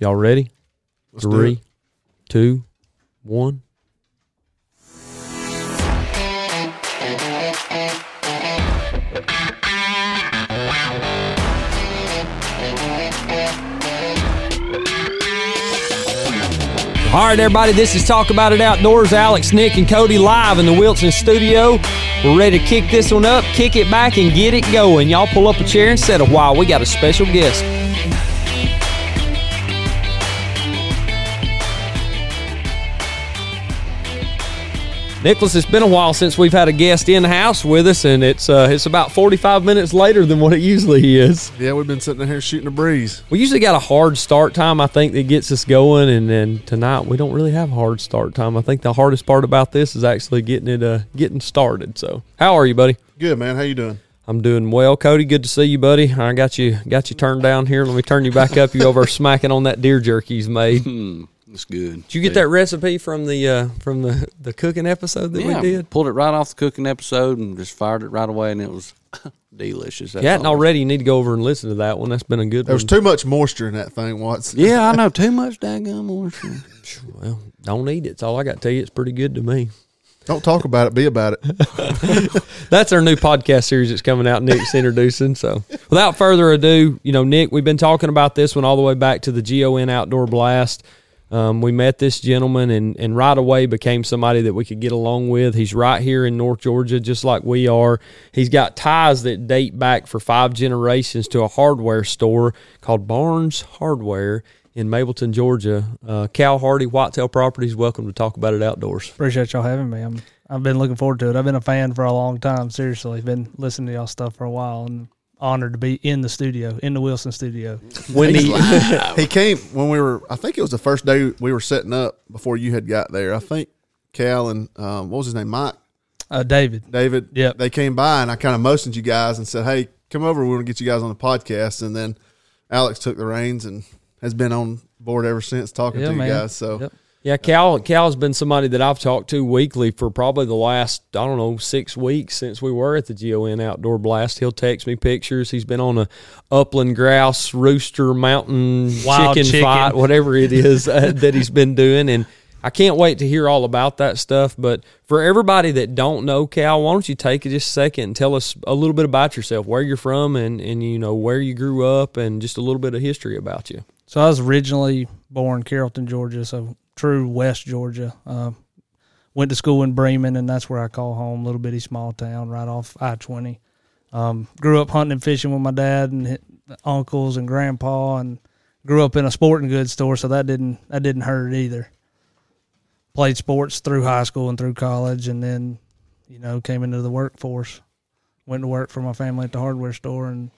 Y'all ready? Let's do it. Three, two, one. All right, everybody, this is Talk About It Outdoors. Alex, Nick, and Cody live in the Wilson studio. We're ready to kick this one up, kick it back, and get it going. Y'all pull up a chair and set a while. We got a special guest. Nicholas, it's been a while since we've had a guest in the house with us, and it's uh, it's about 45 minutes later than what it usually is. Yeah, we've been sitting in here shooting a breeze. We usually got a hard start time, I think, that gets us going, and then tonight we don't really have a hard start time. I think the hardest part about this is actually getting it uh, getting started. So, how are you, buddy? Good man, how you doing? I'm doing well, Cody. Good to see you, buddy. I got you got you turned down here. Let me turn you back up. You over smacking on that deer jerky's made. Did It's good. you get that recipe from the uh, from the the cooking episode that Yeah, we did? pulled it right off the cooking episode and just fired it right away, and it was delicious. That's Yeah, and all. already you need to go over and listen to that one. That's been a good There one. was too much moisture in that thing, Watts. Yeah, I know too much daggum moisture. well, don't eat it. It's all I got to tell you. It's pretty good to me. Don't talk about it, be about it. That's our new podcast series that's coming out. Nick's introducing. So, without further ado, you know, Nick, we've been talking about this one all the way back to the GON Outdoor Blast. Um, we met this gentleman and, and right away became somebody that we could get along with. He's right here in North Georgia, just like we are. He's got ties that date back for five generations to a hardware store called Barnes Hardware in Mableton, Georgia. Uh, Cal Hardy, Whitetail Properties, welcome to Talk About It Outdoors. Appreciate y'all having me. I'm I've been looking forward to it. I've been a fan for a long time. Seriously, been listening to y'all stuff for a while, and honored to be in the studio, in the Wilson studio. When he, he came when we were I think it was the first day we were setting up before you had got there. I think Cal and um, what was his name? Mike, Uh, David, David. Yep. They came by and I kind of motioned you guys and said, Hey, come over, we want to get you guys on the podcast and then Alex took the reins and has been on board ever since talking Yeah, to man. you guys. So Yep. Yeah, Cal Cal's been somebody that I've talked to weekly for probably the last, I don't know, six weeks since we were at the GON Outdoor Blast. He'll text me pictures. He's been on a upland grouse, rooster, mountain Wild chicken, chicken. fight, whatever it is uh, that he's been doing. And I can't wait to hear all about that stuff. But for everybody that don't know Cal, why don't you take just a second and tell us a little bit about yourself, where you're from and, and you know, where you grew up and just a little bit of history about you. So I was originally born Carrollton, Georgia, so true West Georgia. Uh, went to school in Bremen, and that's where I call home, little bitty small town right off I twenty. Um, grew up hunting and fishing with my dad and hit uncles and grandpa, and grew up in a sporting goods store, so that didn't that didn't hurt either. Played sports through high school and through college, and then you know came into the workforce. Went to work for my family at the hardware store, and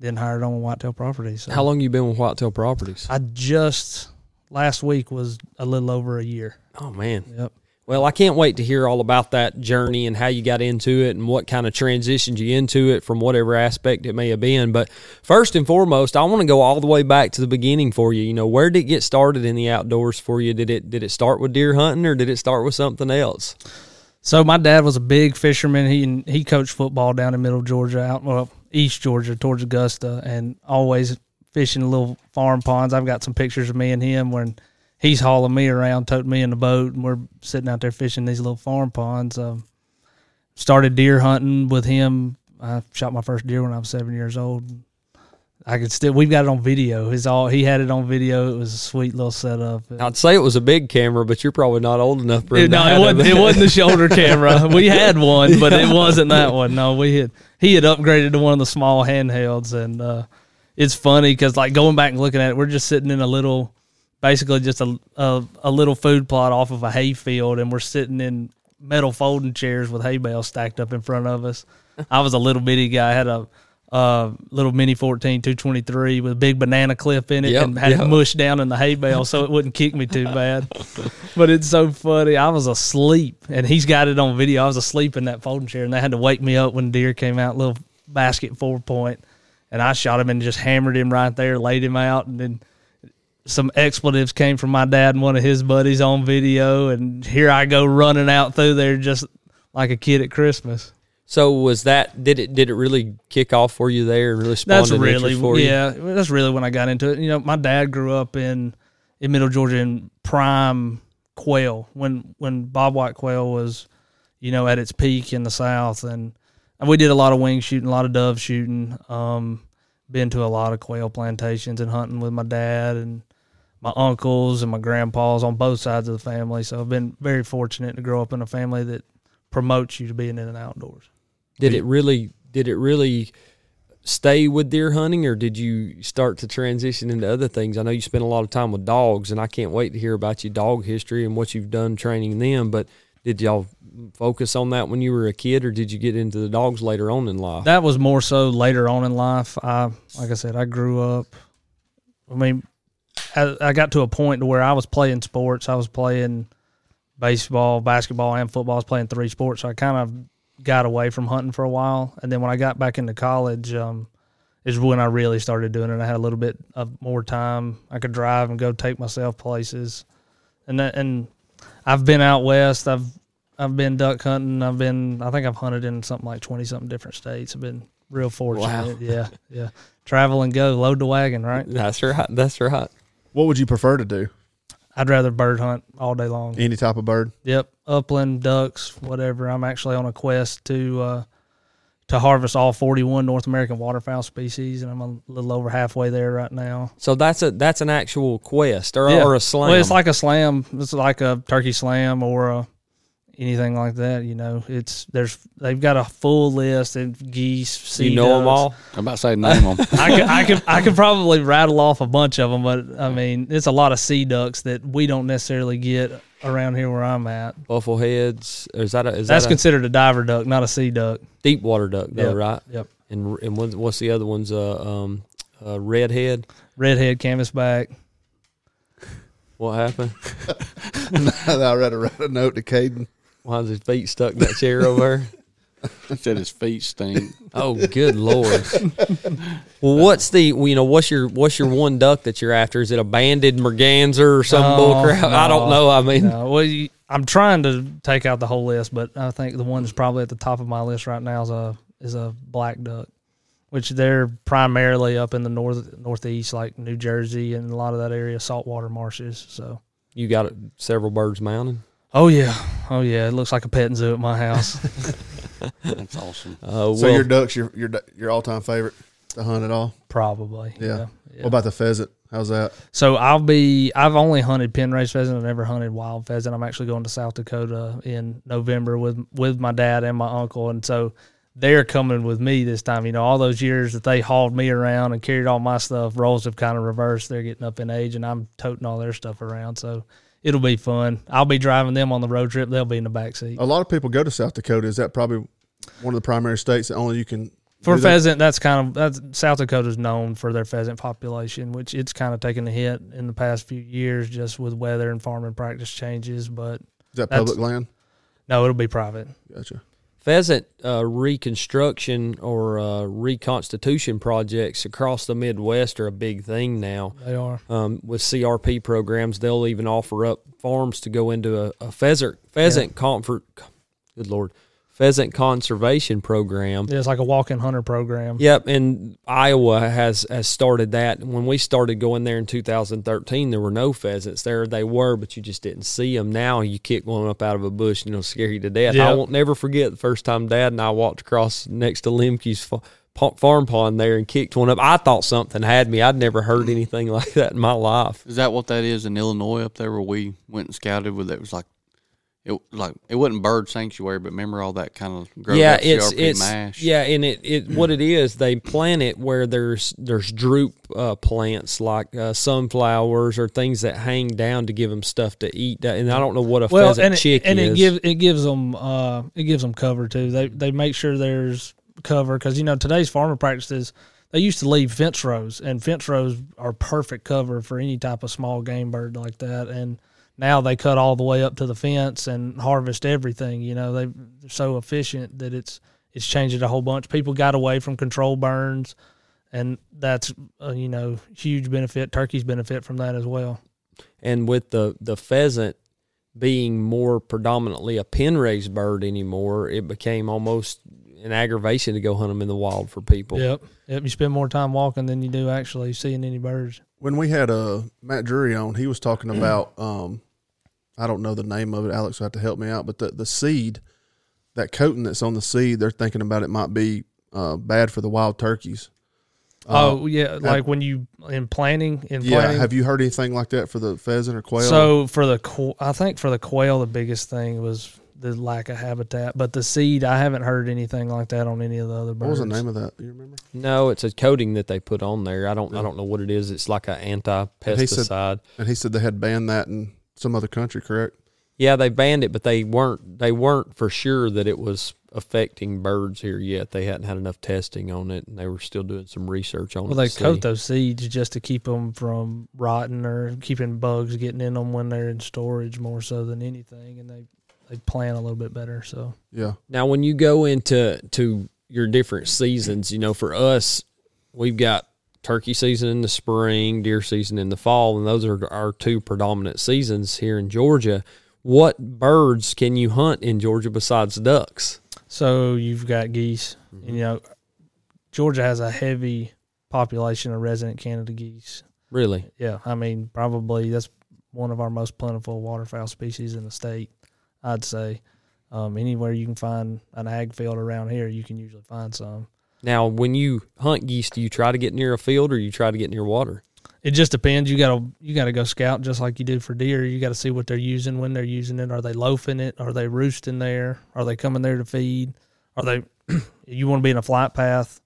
then hired on with Whitetail Properties. So. How long you been with Whitetail Properties? I just last week was a little over a year. Oh man. Yep. Well, I can't wait to hear all about that journey and how you got into it and what kind of transitioned you into it from whatever aspect it may have been. But first and foremost, I want to go all the way back to the beginning for you. You know, where did it get started in the outdoors for you? Did it did it start with deer hunting or did it start with something else? So my dad was a big fisherman. He he coached football down in Middle Georgia, out well East Georgia towards Augusta, and always fishing little farm ponds. I've got some pictures of me and him when he's hauling me around, toting me in the boat, and we're sitting out there fishing these little farm ponds. Um, started deer hunting with him. I shot my first deer when I was seven years old. I could still. We've got it on video. It's all he had it on video. It was a sweet little setup. I'd say it was a big camera, but you're probably not old enough. for It, to no, have it wasn't. It wasn't the shoulder camera. We had one, but it wasn't that one. No, we had. He had upgraded to one of the small handhelds, and uh, it's funny because like going back and looking at it, we're just sitting in a little, basically just a a, a little food plot off of a hay field, and we're sitting in metal folding chairs with hay bales stacked up in front of us. I was a little bitty guy. I had a. Uh, little mini 14 223 with a big banana clip in it Yep, and had yep. it mushed down in the hay bale so it wouldn't kick me too bad but it's so funny. I was asleep, and he's got it on video. I was asleep in that folding chair, and they had to wake me up when deer came out. Little basket four point, and I shot him and just hammered him right there, laid him out, and then some expletives came from my dad and one of his buddies on video, and here I go running out through there just like a kid at Christmas. So was that did it did it really kick off for you there and really spawn That's an really interest for you? yeah. That's really when I got into it. You know, my dad grew up in in Middle Georgia in prime quail when when Bob White quail was, you know, at its peak in the South, and, and we did a lot of wing shooting, a lot of dove shooting. Um, been to a lot of quail plantations and hunting with my dad and my uncles and my grandpas on both sides of the family. So I've been very fortunate to grow up in a family that promotes you to being in and outdoors. Did it really? Did it really stay with deer hunting, or did you start to transition into other things? I know you spent a lot of time with dogs, and I can't wait to hear about your dog history and what you've done training them. But did y'all focus on that when you were a kid, or did you get into the dogs later on in life? That was more so later on in life. I, like I said, I grew up. I mean, I, I got to a point to where I was playing sports. I was playing baseball, basketball, and football. I was playing three sports. So I kind of got away from hunting for a while, and then when I got back into college, um, is when I really started doing it. I had a little bit of more time. I could drive and go take myself places, and that, and I've been out west. I've I've been duck hunting. I've been I think I've hunted in something like twenty something different states. I've been real fortunate. Yeah, yeah. Travel and go, load the wagon, right? That's right. That's right. What would you prefer to do? I'd rather bird hunt all day long. Any type of bird? Yep, upland ducks, whatever. I'm actually on a quest to uh, to harvest all 41 North American waterfowl species, and I'm a little over halfway there right now. So that's a that's an actual quest or, Yeah. or a slam. Well, it's like a slam. It's like a turkey slam or a, anything like that. You know, it's there's they've got a full list and geese, sea you know them ducks. all. I'm about to say name them. I could, I could I could probably rattle off a bunch of them, but I mean, it's a lot of sea ducks that we don't necessarily get around here where I'm at. Buffle heads. Or is that a, is That's that a considered a diver duck, not a sea duck. deep water duck though, Yep. right? Yep. And and what's- what's the other ones? Uh, um, uh, redhead. Redhead canvasback. What happened? I read a, wrote a note to Caden. Why is his feet stuck in that chair over? there? He said his feet stink. Oh, good lord! well, what's the well, you know what's your what's your one duck that you're after? Is it a banded merganser or some No, bull crap? I don't no, know. I mean, No, well, you, I'm trying to take out the whole list, but I think the one that's probably at the top of my list right now is a is a black duck, which they're primarily up in the north northeast, like New Jersey and a lot of that area, saltwater marshes. So. you got several birds mounting. Oh yeah, oh yeah! It looks like a petting zoo at my house. That's awesome. Uh, So well, your ducks, your your du- your all time favorite to hunt at all. Probably. Yeah. Yeah. What about the pheasant? How's that? So I'll be. I've only hunted pen raised pheasant. I've never hunted wild pheasant. I'm actually going to South Dakota in November with with my dad and my uncle, and so they're coming with me this time. You know, all those years that they hauled me around and carried all my stuff, roles have kind of reversed. They're getting up in age, and I'm toting all their stuff around. So it'll be fun. I'll be driving them on the road trip. They'll be in the back seat. A lot of people go to South Dakota. Is that probably one of the primary states that only you can for do that? pheasant, that's kind of that's South Dakota's known for their pheasant population, which it's kind of taken a hit in the past few years just with weather and farming practice changes. But Is that That's- public land? no, it'll be private. Gotcha. pheasant uh, reconstruction or uh, reconstitution projects across the Midwest are a big thing now. They are. um, with CRP programs, they'll even offer up farms to go into a, a pheasant pheasant comfort. Good lord, pheasant conservation program. It's like a walk-in hunter program. Yep, and Iowa has has started that. When we started going there in 2013, there were no pheasants there. They were, but you just didn't see them. Now you kick one up out of a bush and it'll scare you to death. I Yep. won't never forget the first time Dad and I walked across next to Limke's fa- pa- farm pond there and kicked one up. I thought something had me. I'd never heard anything like that in my life. Is that what that is in Illinois up there where we went and scouted with? It was like, it like it wasn't bird sanctuary, but remember all that kind of grow yeah, that it's CRP it's mash. yeah, and it, it what it is they plant it where there's there's droop uh, plants like uh, sunflowers or things that hang down to give them stuff to eat. That- And I don't know what a Well, pheasant and chick it, and is. it gives it gives them uh, it gives them cover too. They they make sure there's cover because you know today's farming practices they used to leave fence rows and fence rows are perfect cover for any type of small game bird like that and now they cut all the way up to the fence and harvest everything. You know they they're so efficient that it's it's changing a whole bunch. People got away from control burns. And that's uh, you know huge benefit. Turkeys benefit from that as well. and with the the pheasant being more predominantly a pen raised bird anymore, it became almost an aggravation to go hunt them in the wild for people. Yep. Yep. You spend more time walking than you do actually seeing any birds. when we had uh, Matt Drury on, he was talking about um, I don't know the name of it. Alex will have to help me out, but the the seed, that coating that's on the seed, they're thinking about it might be uh, bad for the wild turkeys. Uh, oh yeah, like when you in planting in yeah. planting. Have you heard anything like that for the pheasant or quail? So for the qu- I think for the quail, the biggest thing was the lack of habitat. But the seed, I haven't heard anything like that on any of the other what was birds. the name of that? You remember? No, it's a coating that they put on there. I don't I don't know what it is. It's like an anti he said- pesticide. And he said they had banned that in some other country, correct? Yeah, they banned it, but they weren't they weren't for sure that it was affecting birds here yet. They hadn't had enough testing on it, and they were still doing some research on Well, it. they to see. coat those seeds just to keep them from rotting or keeping bugs getting in them when they're in storage more so than anything, and they they plan a little bit better. So Yeah. Now, when you go into to your different seasons, you know, for us, we've got turkey season in the spring, deer season in the fall, and those are our two predominant seasons here in Georgia. What birds can you hunt in Georgia besides ducks? so you've got geese. You know, Georgia has a heavy population of resident Canada geese. Really? Yeah, I mean, probably that's one of our most plentiful waterfowl species in the state. I'd say um, anywhere you can find an ag field around here, you can usually find some. Now, when you hunt geese, do you try to get near a field or you try to get near water? It just depends. You gotta you gotta go scout just like you do for deer. You gotta see what they're using, when they're using it. Are they loafing it? Are they roosting there? Are they coming there to feed? Are they? you want to be in a flight path.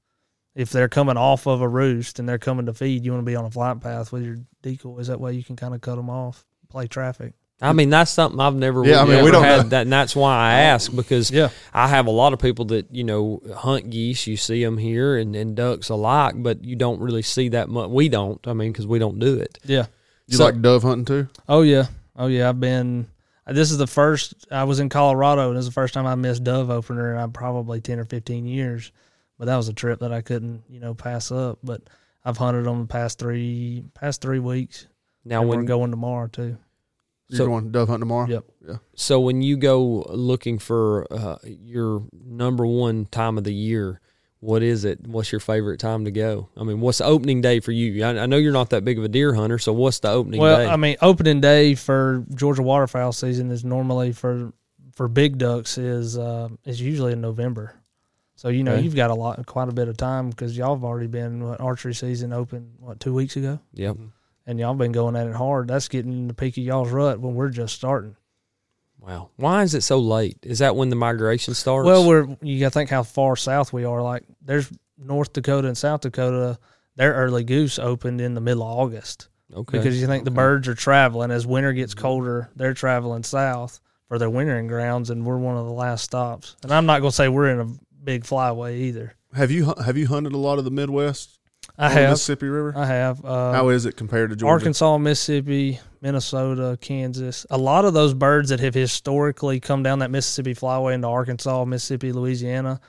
If they're coming off of a roost and they're coming to feed, you want to be on a flight path with your decoys. That way you can kind of cut them off, play traffic. I mean, that's something I've never. Yeah, I mean, we never don't had know. that, and that's why I ask because Yeah. I have a lot of people that you know hunt geese. You see them here and, and ducks alike, but you don't really see that much. We don't. I mean, because we don't do it. Yeah. You So- like dove hunting too? Oh yeah, oh yeah. I've been. This is the first I was in Colorado, and this is the first time I missed dove opener in uh, probably ten or fifteen years. But that was a trip that I couldn't, you know, pass up. But I've hunted them the past three past three weeks. Now, Now we're when going tomorrow too. You're So- going dove hunting tomorrow? Yep. so when you go looking for uh, your number one time of the year, what is it? What's your favorite time to go? I mean, what's the opening day for you? I, I know you're not that big of a deer hunter, so what's the opening Well, day? I mean, opening day for Georgia waterfowl season is normally for for big ducks is uh, is usually in November. So you know Okay. you've got a lot, quite a bit of time because y'all have already been what, archery season open what two weeks ago. yep. and y'all been going at it hard. That's getting in the peak of y'all's rut when we're just starting. Wow. Why is it so late? Is that when the migration starts? Well, we're you got to think how far south we are. Like there's North Dakota and South Dakota. Their early goose opened in the middle of August okay. Mm-hmm. because you think the birds are traveling as winter gets colder. They're traveling south for their wintering grounds, and we're one of the last stops. And I'm not gonna say we're in a big flyway either. Have you hu- have you hunted a lot of the Midwest? I on the have, Mississippi River. I have. Uh, How is it compared to Georgia? Arkansas, Mississippi, Minnesota, Kansas. A lot of those birds that have historically come down that Mississippi flyway into Arkansas, Mississippi, Louisiana,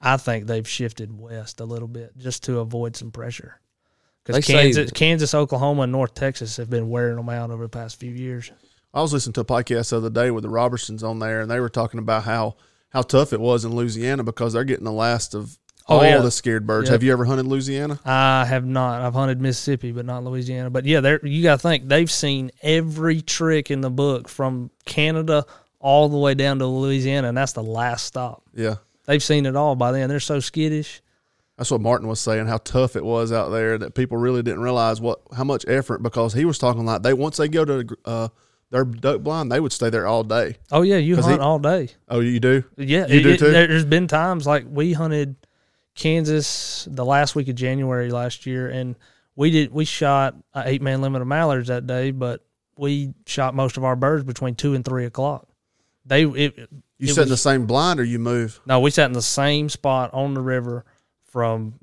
I think they've shifted west a little bit just to avoid some pressure. They Because say- Kansas, Kansas, Oklahoma, and North Texas have been wearing them out over the past few years. I was listening to a podcast the other day with the Robertsons on there, and they were talking about how how tough it was in Louisiana because they're getting the last of Oh, all yeah. the scared birds. Yeah. Have you ever hunted Louisiana? I have not. I've hunted Mississippi, but not Louisiana. But yeah, there you got to think they've seen every trick in the book from Canada all the way down to Louisiana, and that's the last stop. Yeah, They've seen it all by then. They're so skittish. that's what Martin was saying. How tough it was out there that people really didn't realize what how much effort because he was talking like they once they go to uh, their duck blind they would stay there all day. Oh yeah, you 'Cause hunt he- all day. Oh, you do? Yeah, You it- do it- too? there- There's been times like we hunted Kansas the last week of January last year, and we did we shot a eight man limit of mallards that day, but we shot most of our birds between two and three o'clock. They it, You It sit in the was- same blind or you move? no, we sat in the same spot on the river from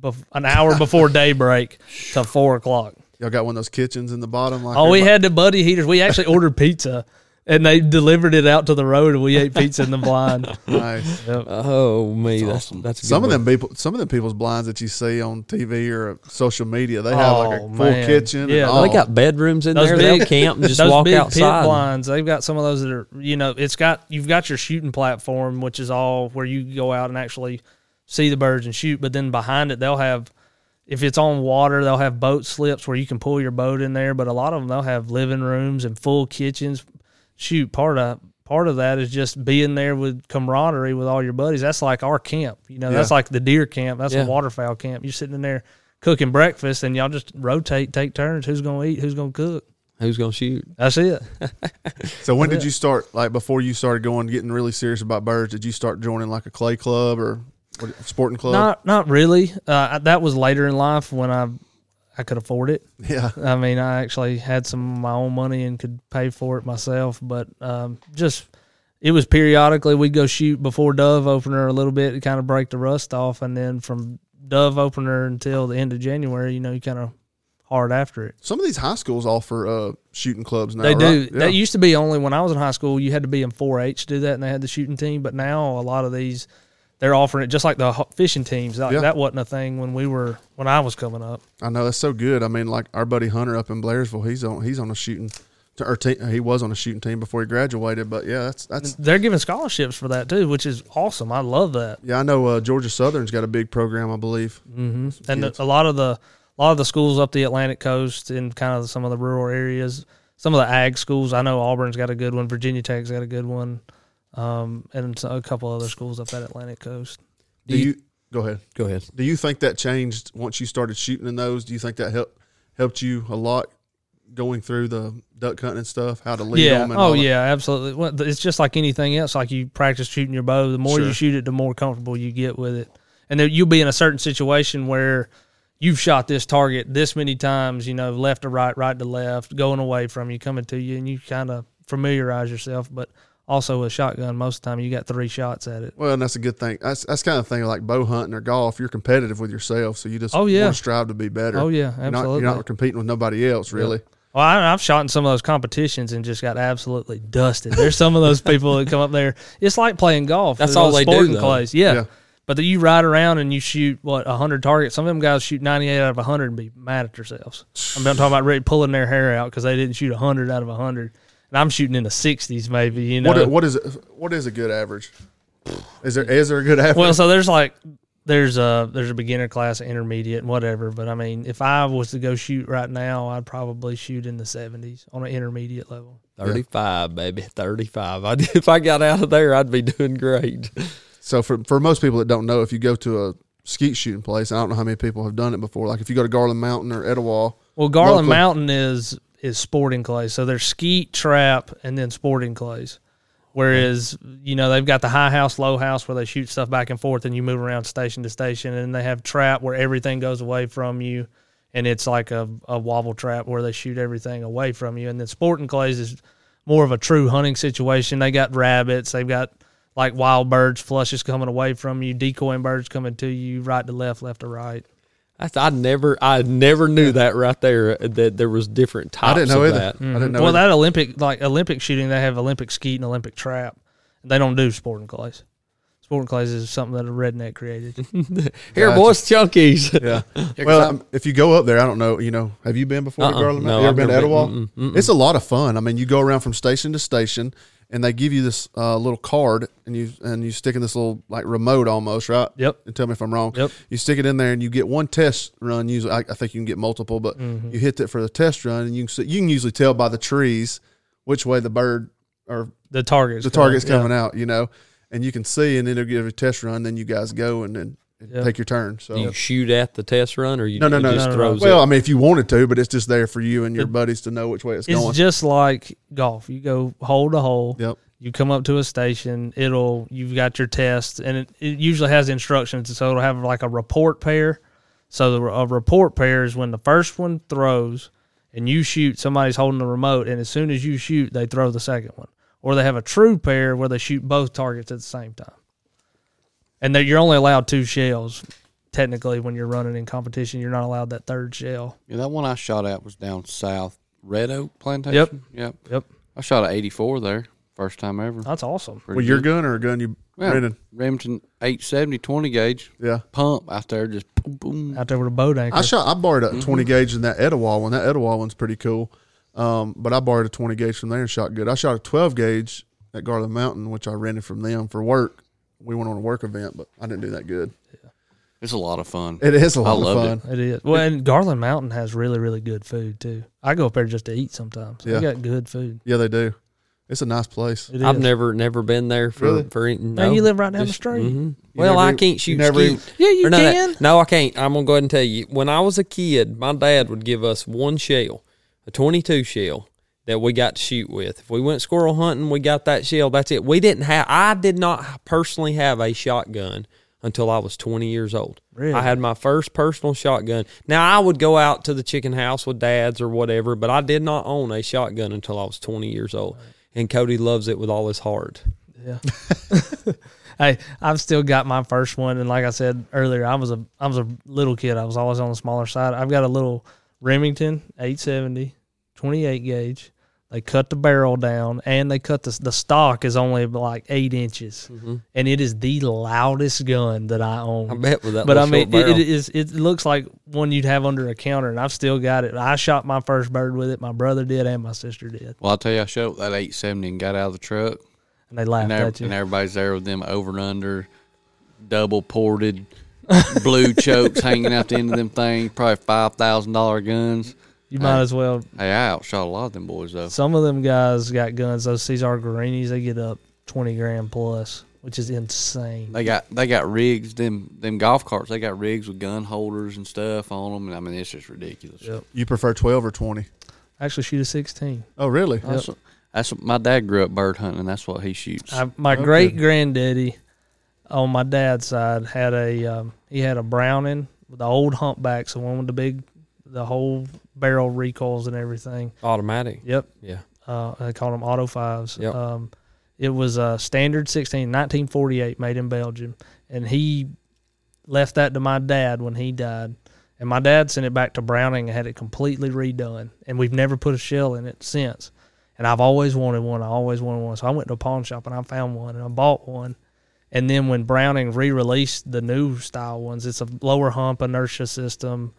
bef- an hour before daybreak to four o'clock. Y'all got one of those kitchens in the bottom like Oh, we everybody- had the buddy heaters. We actually ordered pizza. and they delivered it out to the road, and we ate pizza in the blind. Nice. Yep. Oh me, That's that's awesome. that's a good Some of one. them people, some of them people's blinds that you see on TV or social media, they have like a Oh, full man. kitchen. Yeah. and Oh, all. they got bedrooms in Those there. They'll big- camp and just those walk big outside. pit blinds. They've got some of those that are, you know, it's got you've got your shooting platform, which is all where you go out and actually see the birds and shoot. But then behind it, they'll have, if it's on water, they'll have boat slips where you can pull your boat in there. But a lot of them, they'll have living rooms and full kitchens. Shoot, part of part of that is just being there with camaraderie with all your buddies. That's like our camp, you know. That's Yeah. like the deer camp. That's Yeah. a waterfowl camp. You're sitting in there cooking breakfast, and y'all just rotate, take turns. Who's gonna eat? Who's gonna cook? Who's gonna shoot? That's it. So when did you start? Like before you started going getting really serious about birds, did you start joining like a clay club or what- sporting club? Not not really. Uh, I- that was later in life when I I could afford it. yeah, I mean, I actually had some of my own money and could pay for it myself. But um, just it was periodically we'd go shoot before dove opener a little bit to kind of break the rust off, and then from dove opener until the end of January, you know, you kind of hard after it. some of these high schools offer uh, shooting clubs now. They do. right? That Yeah. used to be only when I was in high school. You had to be in 4-H to do that, and they had the shooting team. But now a lot of these, they're offering it just like the ho- fishing teams. Like, Yeah. That wasn't a thing when we were when I was coming up. I know that's so good. I mean, like our buddy Hunter up in Blairsville, he's on he's on a shooting, t- or te- he was on a shooting team before he graduated. But yeah, that's that's They're giving scholarships for that too, which is awesome. I love that. yeah. I know uh, Georgia Southern's got a big program, I believe. hmm And kids. a lot of the a lot of the schools up the Atlantic coast and kind of some of the rural areas, some of the ag schools. I know Auburn's got a good one. Virginia Tech's got a good one. Um, and so- a couple other schools up that Atlantic coast. Do you go ahead? Go ahead. Do you think that changed once you started shooting in those? Do you think that helped helped you a lot going through the duck hunting and stuff? How to lead yeah. them? And all oh that? yeah, absolutely. Well, th- It's just like anything else. Like you practice shooting your bow. The more you Sure. shoot it, the more comfortable you get with it. And then you'll be in a certain situation where you've shot this target this many times. You know, left to right, right to left, going away from you, coming to you, and you kind of familiarize yourself. But also with shotgun, most of the time you got three shots at it. Well, and that's a good thing. That's that's kind of thing like bow hunting or golf. You're competitive with yourself, so you just Oh, yeah. want to strive to be better. Oh yeah, You're not- absolutely. You're not, competing with nobody else, really. Well, I, I've shot in some of those competitions and just got absolutely dusted. There's some of those people that come up there. It's like playing golf. That's Those all they do, sporting though. Clays. Yeah. Yeah. But then you ride around and you shoot what hundred targets. Some of them guys shoot ninety eight out of hundred and be mad at themselves. I'm not talking about really pulling their hair out because they didn't shoot hundred out of hundred, and I'm shooting in the sixties maybe. You know, What i- what is it, what is a good average? Is there is there a good average? well, so there's like there's a there's a beginner class, intermediate, and whatever. But I mean, if I was to go shoot right now, I'd probably shoot in the seventies on an intermediate level. 35, baby. 35. I, if I got out of there, I'd be doing great. so for for most people that don't know, if you go to a skeet shooting place, I don't know how many people have done it before. Like if you go to Garland Mountain or Etowah, Well, Garland Local. Mountain is is sporting clays. So there's skeet, trap, and then sporting clays. Whereas you know they've got the high house, low house where they shoot stuff back and forth, and you move around station to station, and they have trap where everything goes away from you, and it's like a, a wobble trap where they shoot everything away from you, and then sporting clays is more of a true hunting situation. They got rabbits, they've got like wild birds, flushes coming away from you, decoying birds coming to you, right to left, left to right. That's, I never, I never knew that right there uh, that there was different types. I didn't know of either. That. I didn't know. Mm-hmm. well, either. that Olympic like Olympic shooting, they have Olympic skeet and Olympic trap. They don't do sporting clays. Sporting clays is something that a redneck created. Here, Gotcha. boys, chunkies. Yeah. 'cause well, I- um, if you go up there, I don't know. You know, have you been before to Uh-uh. Garland? No, Mountain? I've you ever been to never Etowah? been. It's a lot of fun. I mean, you go around from station to station, and they give you this uh, little card, and you and you stick in this little like remote almost, right? Yep. And tell me if I'm wrong. Yep. You stick it in there, and you get one test run. Usually, I, I think you can get multiple, but you hit that for the test run, and you can see, you can usually tell by the trees which way the bird or The targets. the coming, target's yeah. coming out. You know, and you can see, and then it'll give you a test run. Then you guys go and then Yeah. take your turn. So Do you shoot at the test run or you No, no, it no, just no, no, no. throws Well, I it? mean, if you wanted to, but it's just there for you and your buddies to know which way it's, It's going. just like golf. You go hole to hole. Yep. You come up to a station. It'll you've got your test, and it, it usually has instructions. So it'll have like a report pair. So the, a report pair is when the first one throws, and you shoot. Somebody's holding the remote, and as soon as you shoot, they throw the second one. Or they have a true pair where they shoot both targets at the same time. And that you're only allowed two shells. Technically, when you're running in competition, you're not allowed that third shell. Yeah, that one I shot at was down south, Red Oak Plantation. Yep. Yep. Yep. I shot an 84 there, first time ever. That's awesome. Pretty Well, your good. gun or a gun you Yeah. rented? Remington 870 20 gauge Yeah. pump out there, just boom, boom. Out there with a boat anchor. I shot. I borrowed a Mm-hmm. twenty gauge in that Etowah one. That Etowah one's pretty cool. Um, but I borrowed a twenty gauge from there and shot good. I shot a twelve gauge at Garland Mountain, which I rented from them for work. We went on a work event, but I didn't do that good. It's a lot of fun. It is a lot of loved fun. it. It is. Well, and Garland Mountain has really, really good food too. I go up there just to eat sometimes. Yeah. They got good food. Yeah, they do. It's a nice place. It I've is. never never been there for Really? for eating. Man, you live right down the street. Mhm. Well, never I eat- can't you shoot never skeet. eat- Yeah, e- you Or no, that- can. no, I can't. I'm gonna go ahead and tell you. When I was a kid, my dad would give us one shell, a 22 shell that we got to shoot with. If we went squirrel hunting, we got that shell. That's it. We didn't have. I did not personally have a shotgun until I was 20 years old. Really? I had my first personal shotgun. Now I would go out to the chicken house with dads or whatever, but I did not own a shotgun until I was 20 years old. And Cody loves it with all his heart. Yeah. hey, I've still got my first one, and like I said earlier, I was a I was a little kid. I was always on the smaller side. I've got a little Remington 870, 28 gauge. They cut the barrel down, and they cut the the stock is only like eight inches, Mm-hmm. and it is the loudest gun that I own. I bet with that. But I little short mean, it, barrel. it is. It looks like one you'd have under a counter, and I've still got it. I shot my first bird with it. My brother did, and my sister did, Well, I'll tell you, I shot that 870 and got out of the truck. and they laughed and, at ev- you. and everybody's there with them over and under, double ported, blue chokes hanging out the end of them things. Probably five thousand dollar guns. You might as well. Hey, I outshot a lot of them boys though. Some of them guys got guns. Those Cesar Guarinis, they get up twenty grand plus, which is insane. They got they got rigs them them golf carts. They got rigs with gun holders and stuff on them. And I mean, it's just ridiculous. Yep. You prefer twelve or twenty? Actually, shoot a sixteen. Oh, really? Uh, That's, what, that's what my dad grew up bird hunting. That's what he shoots. I, my Okay. great granddaddy on my dad's side had a um, he had a Browning, the old humpbacks, the one with the big, the whole barrel recoils and everything. automatic. Yep, Yeah. Uh, they called them Auto Fives. Yep. Um, it was a standard 16, 1948, made in Belgium. And he left that to my dad when he died. And my dad sent it back to Browning and had it completely redone. And we've never put a shell in it since. And I've always wanted one. I always wanted one. So I went to a pawn shop and I found one and I bought one. And then when Browning re released the new style ones, it's a lower hump inertia system.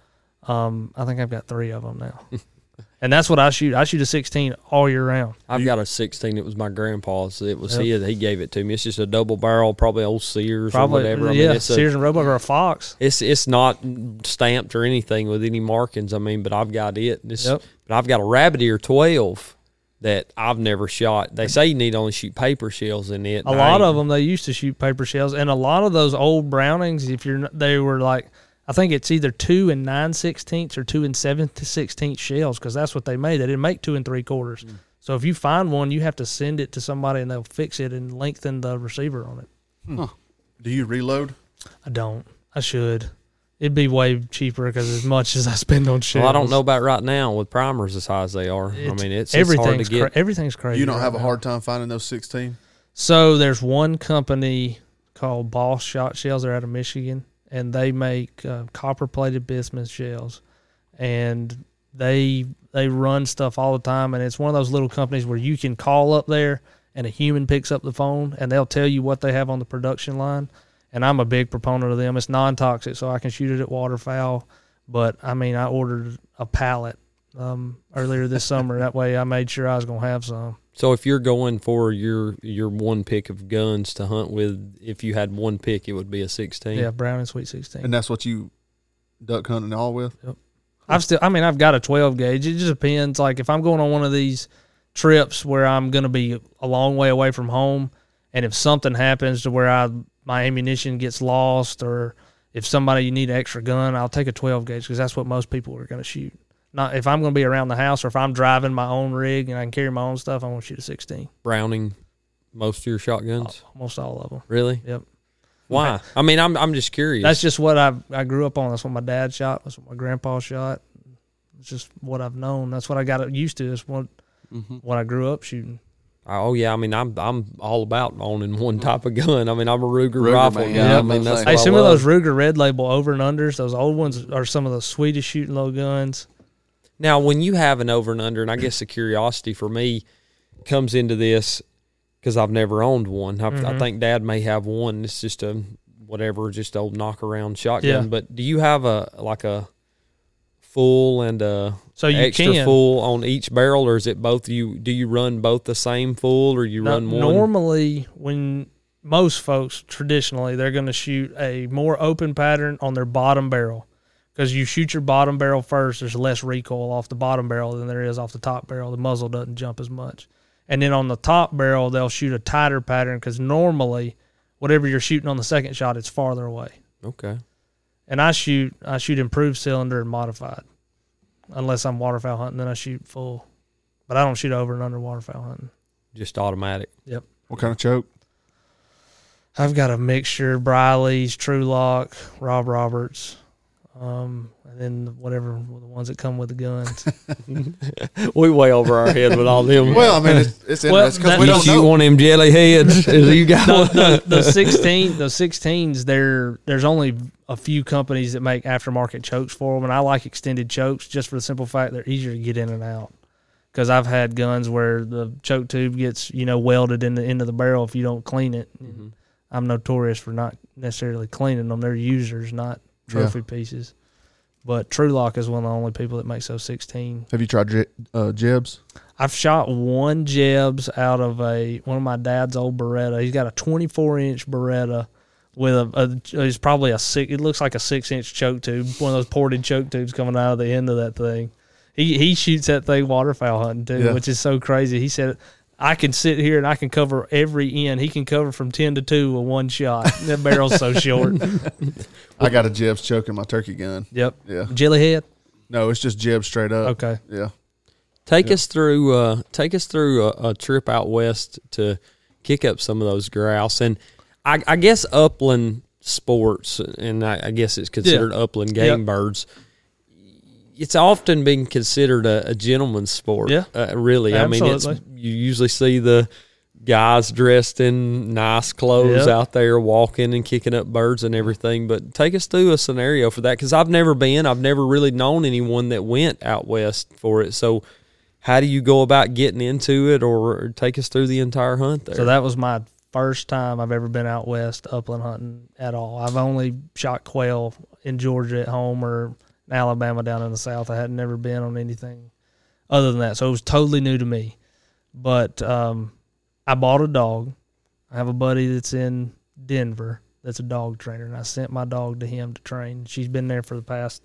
Um, I think I've got three of them now. and that's what I shoot. I shoot a 16 all year round. I've You- got a 16 that was my grandpa's. It was Yep. his. He gave it to me. It's just a double barrel, probably old Sears or whatever. I Yeah, mean, it's, a, Sears and Roebuck or a Fox. it's it's not stamped or anything with any markings. I mean, but I've got it. This, Yep. But I've got a rabbit ear 12 that I've never shot. They say you need to only shoot paper shells in it. A lot of them they used to shoot paper shells, and a lot of those old Brownings, if you're, n- they were like, I think it's either two and nine sixteenths or two and seven to sixteenth shells because that's what they made. They didn't make two and three quarters. Mm. So if you find one, you have to send it to somebody and they'll fix it and lengthen the receiver on it. Do you reload? I don't. I should. It'd be way cheaper because as much as I spend on shells, Well, I don't know about right now with primers as high as they are. I It's- mean, it's, it's hard to Everything's get. cra- everything's crazy. You don't right have a now. hard time finding those sixteen. So there's one company called Boss Shot Shells. They're out of Michigan, and they make uh, copper plated bismuth shells, and they they run stuff all the time. And it's one of those little companies where you can call up there, and a human picks up the phone, and they'll tell you what they have on the production line. And I'm a big proponent of them. It's non toxic, so I can shoot it at waterfowl. But I mean, I ordered a pallet um, earlier this summer. That way, I made sure I was gonna have some. So if you're going for your your one pick of guns to hunt with, if you had one pick, it would be a 16. Yeah, brown and sweet sixteen. And that's what you duck hunting all with. I've still, I mean, I've got a 12 gauge. It just depends. Like if I'm going on one of these trips where I'm going to be a long way away from home, and if something happens to where I my ammunition gets lost, or if somebody you need an extra gun, I'll take a 12 gauge because that's what most people are going to shoot. Not if I'm going to be around the house, or if I'm driving my own rig and I can carry my own stuff, I want to shoot a 16. Browning most of your shotguns? Almost all of them. Really? Yep. Why? I mean, I'm I'm just curious. That's just what I I grew up on. That's what my dad shot. That's what my grandpa shot. It's just what I've known. That's what I got used to. It's what Mm-hmm. Mhm. what I grew up shooting. oh yeah, I mean, I'm I'm all about owning one type of gun. I mean, I'm a Ruger, Ruger rifle man, guy. yeah, I mean, that's I'm what Hey, I some of love. those Ruger Red Label over and unders, those old ones are some of the sweetest shooting little guns. Now, when you have an over and under, and I guess the curiosity for me, comes into this because I've never owned one. I, I think Dad may have one. It's just a whatever, just old knockaround shotgun. Yeah. But do you have a like a full and a So you extra can. full on each barrel, or is it both? You do you run both the same full, or you No- run one? Normally, when most folks traditionally they're going to shoot a more open pattern on their bottom barrel because you shoot your bottom barrel first. There's less recoil off the bottom barrel than there is off the top barrel. The muzzle doesn't jump as much, and then on the top barrel they'll shoot a tighter pattern because normally, whatever you're shooting on the second shot, it's farther away. Okay. And I shoot I shoot improved cylinder and modified, unless I'm waterfowl hunting. Then I shoot full, but I don't shoot over and under waterfowl hunting. Just automatic. What kind of choke? I've got a mixture: Briley's, True Lock, Rob Roberts, um, and then whatever the ones that come with the guns. We way over our head with all them. Well, I mean, it's, it's Well, interesting because that- we you don't shoot know. one of them jelly heads. Is you got the, one? the, the sixteen, the sixteens. There, there's only a few companies that make aftermarket chokes for them, and I like extended chokes just for the simple fact they're easier to get in and out. Because I've had guns where the choke tube gets you know welded in the end of the barrel if you don't clean it. Mhm. I'm notorious for not necessarily cleaning them; they're users, not trophy pieces. But True Lock is one of the only people that makes those 16. Have you tried Je- uh, Jebs? I've shot one Jebs out of a one of my dad's old Beretta. He's got a 24 inch Beretta with a, a it's probably a six. It looks like a six inch choke tube, one of those ported choke tubes coming out of the end of that thing. He he shoots that thing waterfowl hunting too, Yeah. which is so crazy. He said. I can sit here and I can cover every end. He can cover from ten to two with one shot. That barrel's so short. I got a Jebs choke in my turkey gun. Yep. Yeah. Jelly head. No, it's just Jeb straight up. Okay. Yeah. Take us through uh, take us through a, a trip out west to kick up some of those grouse, and I, I guess upland sports, and I, I guess it's considered upland game Yep. birds. It's often been considered a, a gentleman's sport. Yeah. uh, really. I mean, Absolutely. it's you usually see the guys dressed in nice clothes Yep. out there walking and kicking up birds and everything. But take us through a scenario for that because I've never been, I've never really known anyone that went out west for it. So, how do you go about getting into it, or take us through the entire hunt there? So that was my first time I've ever been out west upland hunting at all. I've only shot quail in Georgia at home or in Alabama down in the south. I had never been on anything other than that. So it was totally new to me. But um, I bought a dog. I have a buddy that's in Denver that's a dog trainer, and I sent my dog to him to train. She's been there for the past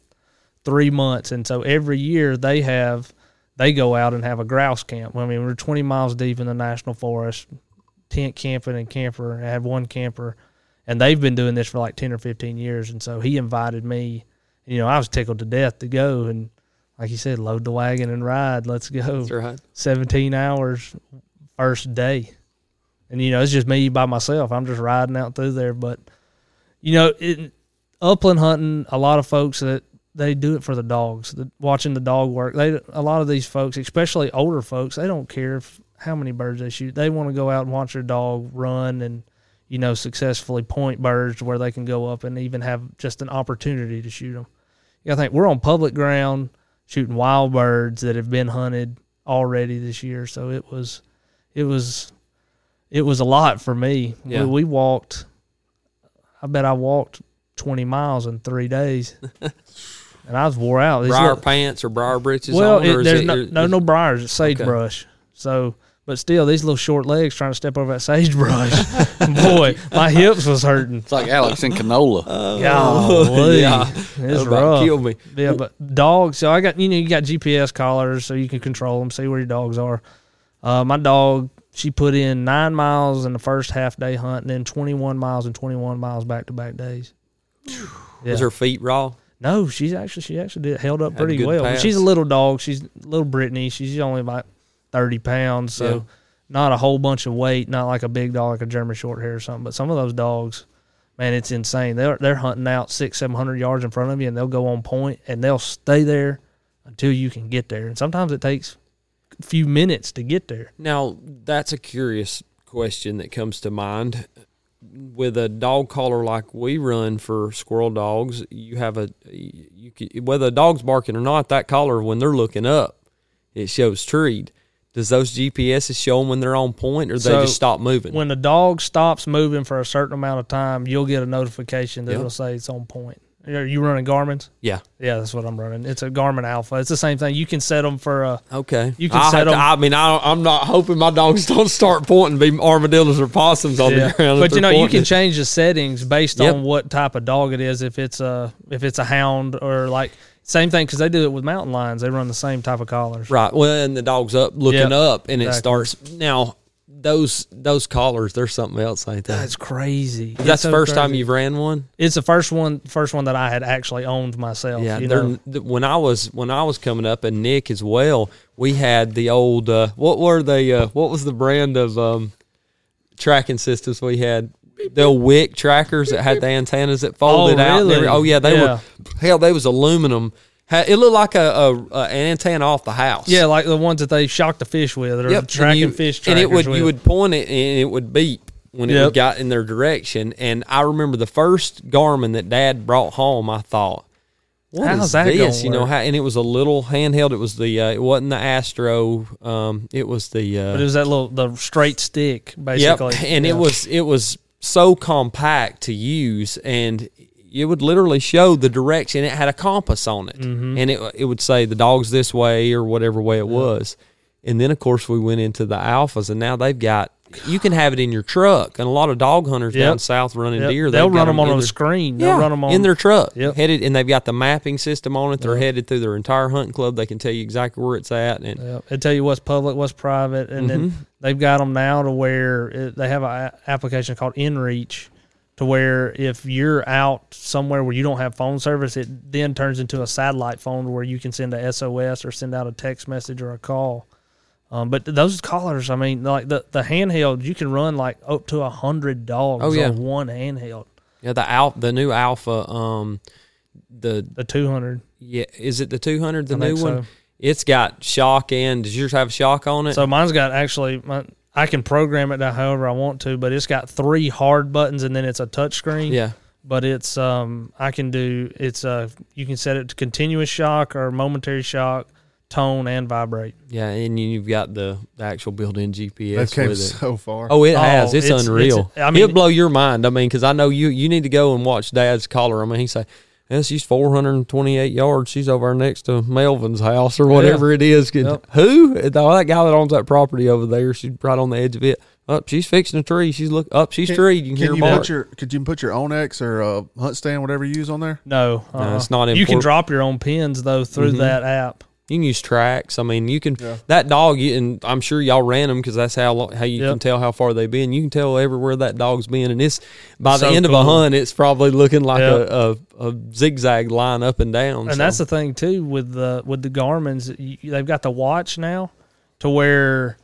three months, and so every year they have they go out and have a grouse camp. I mean, we're 20 miles deep in the national forest, tent camping and camper. I had one camper, and they've been doing this for like 10 or 15 years, and so he invited me. You know, I was tickled to death to go, and like you said, load the wagon and ride. Let's go. That's right. 17 hours first day. And, you know, it's just me by myself. I'm just riding out through there. But, you know, it, upland hunting, a lot of folks that they do it for the dogs, the, watching the dog work. They A lot of these folks, especially older folks, they don't care if, how many birds they shoot. They want to go out and watch their dog run and, you know, successfully point birds to where they can go up and even have just an opportunity to shoot them. You gotta think we're on public ground shooting wild birds that have been hunted already this year. So it was, it was, it was a lot for me. Yeah. We, we walked. I bet I walked twenty miles in three days, and I was wore out. These Briar little- pants or briar breeches well, on, it- or is there's it- no, no no briars. It's sagebrush. So, but still, these little short legs trying to step over that sagebrush. Boy, my hips was hurting. It's like Alex and canola. Golly, Oh, yeah. it's about rough. killed me. Yeah, but dogs. So I got you know you got GPS collars so you can control them, see where your dogs are. Uh, my dog, she put in nine miles in the first half day hunt, and then twenty one miles and twenty one miles back to back days. Yeah. Was her feet raw? No, she's actually she actually did held up Had a pretty good well. pass. She's a little dog. She's little Brittany. She's only about thirty pounds, so Yeah. not a whole bunch of weight. Not like a big dog, like a German short hair or something. But some of those dogs, man, it's insane. They're they're hunting out six, seven hundred yards in front of you, and they'll go on point, and they'll stay there until you can get there. And sometimes it takes a few minutes to get there. Now, that's a curious question that comes to mind. With a dog collar like we run for squirrel dogs, you have a you can, whether a dog's barking or not, that collar when they're looking up, it shows treed. Does those GPSs show them when they're on point, or they So, just stop moving? When the dog stops moving for a certain amount of time, you'll get a notification that Yeah. will say it's on point. Are you running Garmin's? yeah. Yeah, that's what I'm running. It's a Garmin Alpha. It's the same thing. You can set them for a. Okay. You can I'll set have to- 'em- I mean, I don't, I'm not hoping my dogs don't start pointing be armadillos or possums on Yeah. the ground. if But you they're know, you pointing can at- change the settings based Yep. on what type of dog it is. If it's a if it's a hound or like same thing because they do it with mountain lions. They run the same type of collars. Right. Well, and the dog's up looking Yep. up, and it Exactly. starts now. Those those collars, they're something else, ain't they? That's crazy. That's the first time you. you've ran one. It's the first one, first one that I had actually owned myself. Yeah, you they're- know? th- when I was when I was coming up, and Nick as well, we had the old uh, what were they? Uh, what was the brand of um, tracking systems we had? The old wick trackers that had the antennas that folded out. and really? every- oh yeah, they Yeah. were hell. They was aluminum. Ha- It looked like a, a, a an antenna off the house. yeah, like the ones that they shock the fish with, or Yep, and tracking you- fish. And it trackers would with. you would point it and it would beep when it Yep. got in their direction. And I remember the first Garmin that Dad brought home. I thought, what is How's that gonna this? You know work? how? And it was a little handheld. It was the uh, it wasn't the Astro. Um, it was the uh, But it was that little the straight stick yep. basically, And Yeah. it was it was so compact to use and. It would literally show the direction. It had a compass on it, Mm-hmm. and it it would say the dog's this way or whatever way it was. And then of course we went into the alphas, and now they've got you can have it in your truck. And a lot of dog hunters Yep. down south running Yep. deer, They'll they've got run them on in a their- screen. yeah, They'll run them on in their truck, Yep. headed, and they've got the mapping system on it. They're Yep. headed through their entire hunting club. They can tell you exactly where it's at, and Yep. They tell you what's public, what's private, and Mm-hmm. then they've got them now to where it, they have an application called InReach, to where if you're out somewhere where you don't have phone service, it then turns into a satellite phone where you can send a SOS or send out a text message or a call. Um, but th- those collars, I mean, like the the handheld, you can run like up to a hundred dogs Oh, yeah. on one handheld. yeah, the al- the new alpha, um, the The two hundred. Yeah, is it the 200, the I new think one? so. It's got shock and does yours have shock on it? So mine's got actually, my, I can program it to however I want to, but it's got three hard buttons and then it's a touch screen. yeah. But it's um, I can do it's uh, you can set it to continuous shock or momentary shock, tone and vibrate. Yeah, and you- you've got the, the actual built-in They GPS came with it. so far. Oh, it has. Oh, It's, it's- unreal. it's- I mean- It'll blow your mind. I mean, because I know you you need to go and watch Dad's collar. I mean, he say, "Yeah, she's 428 yards. She's over there next to Melvin's house or whatever it is. Could- Yep. Who? Oh, that guy that owns that property over there. She's right on the edge of it. Up, she's fixing a tree. She's look up. She's Can- tree. You can, hear Can you her bark. put your could you put your Onyx or uh, hunt stand whatever you use on there? No, uh-uh. it's not You can import- Mm-hmm. drop your own pins though through that app. You can use tracks. I mean, you can that dog, you, and I'm sure y'all ran them because that's how lo- how you Yep. can tell how far they've been. You can tell everywhere that dog's been, and it's by the So end of a cool. hunt, it's probably looking like Yep. a, a, a zigzag line up and down. And that's the thing too with the with the Garmin's, you, they've got the watch now, to where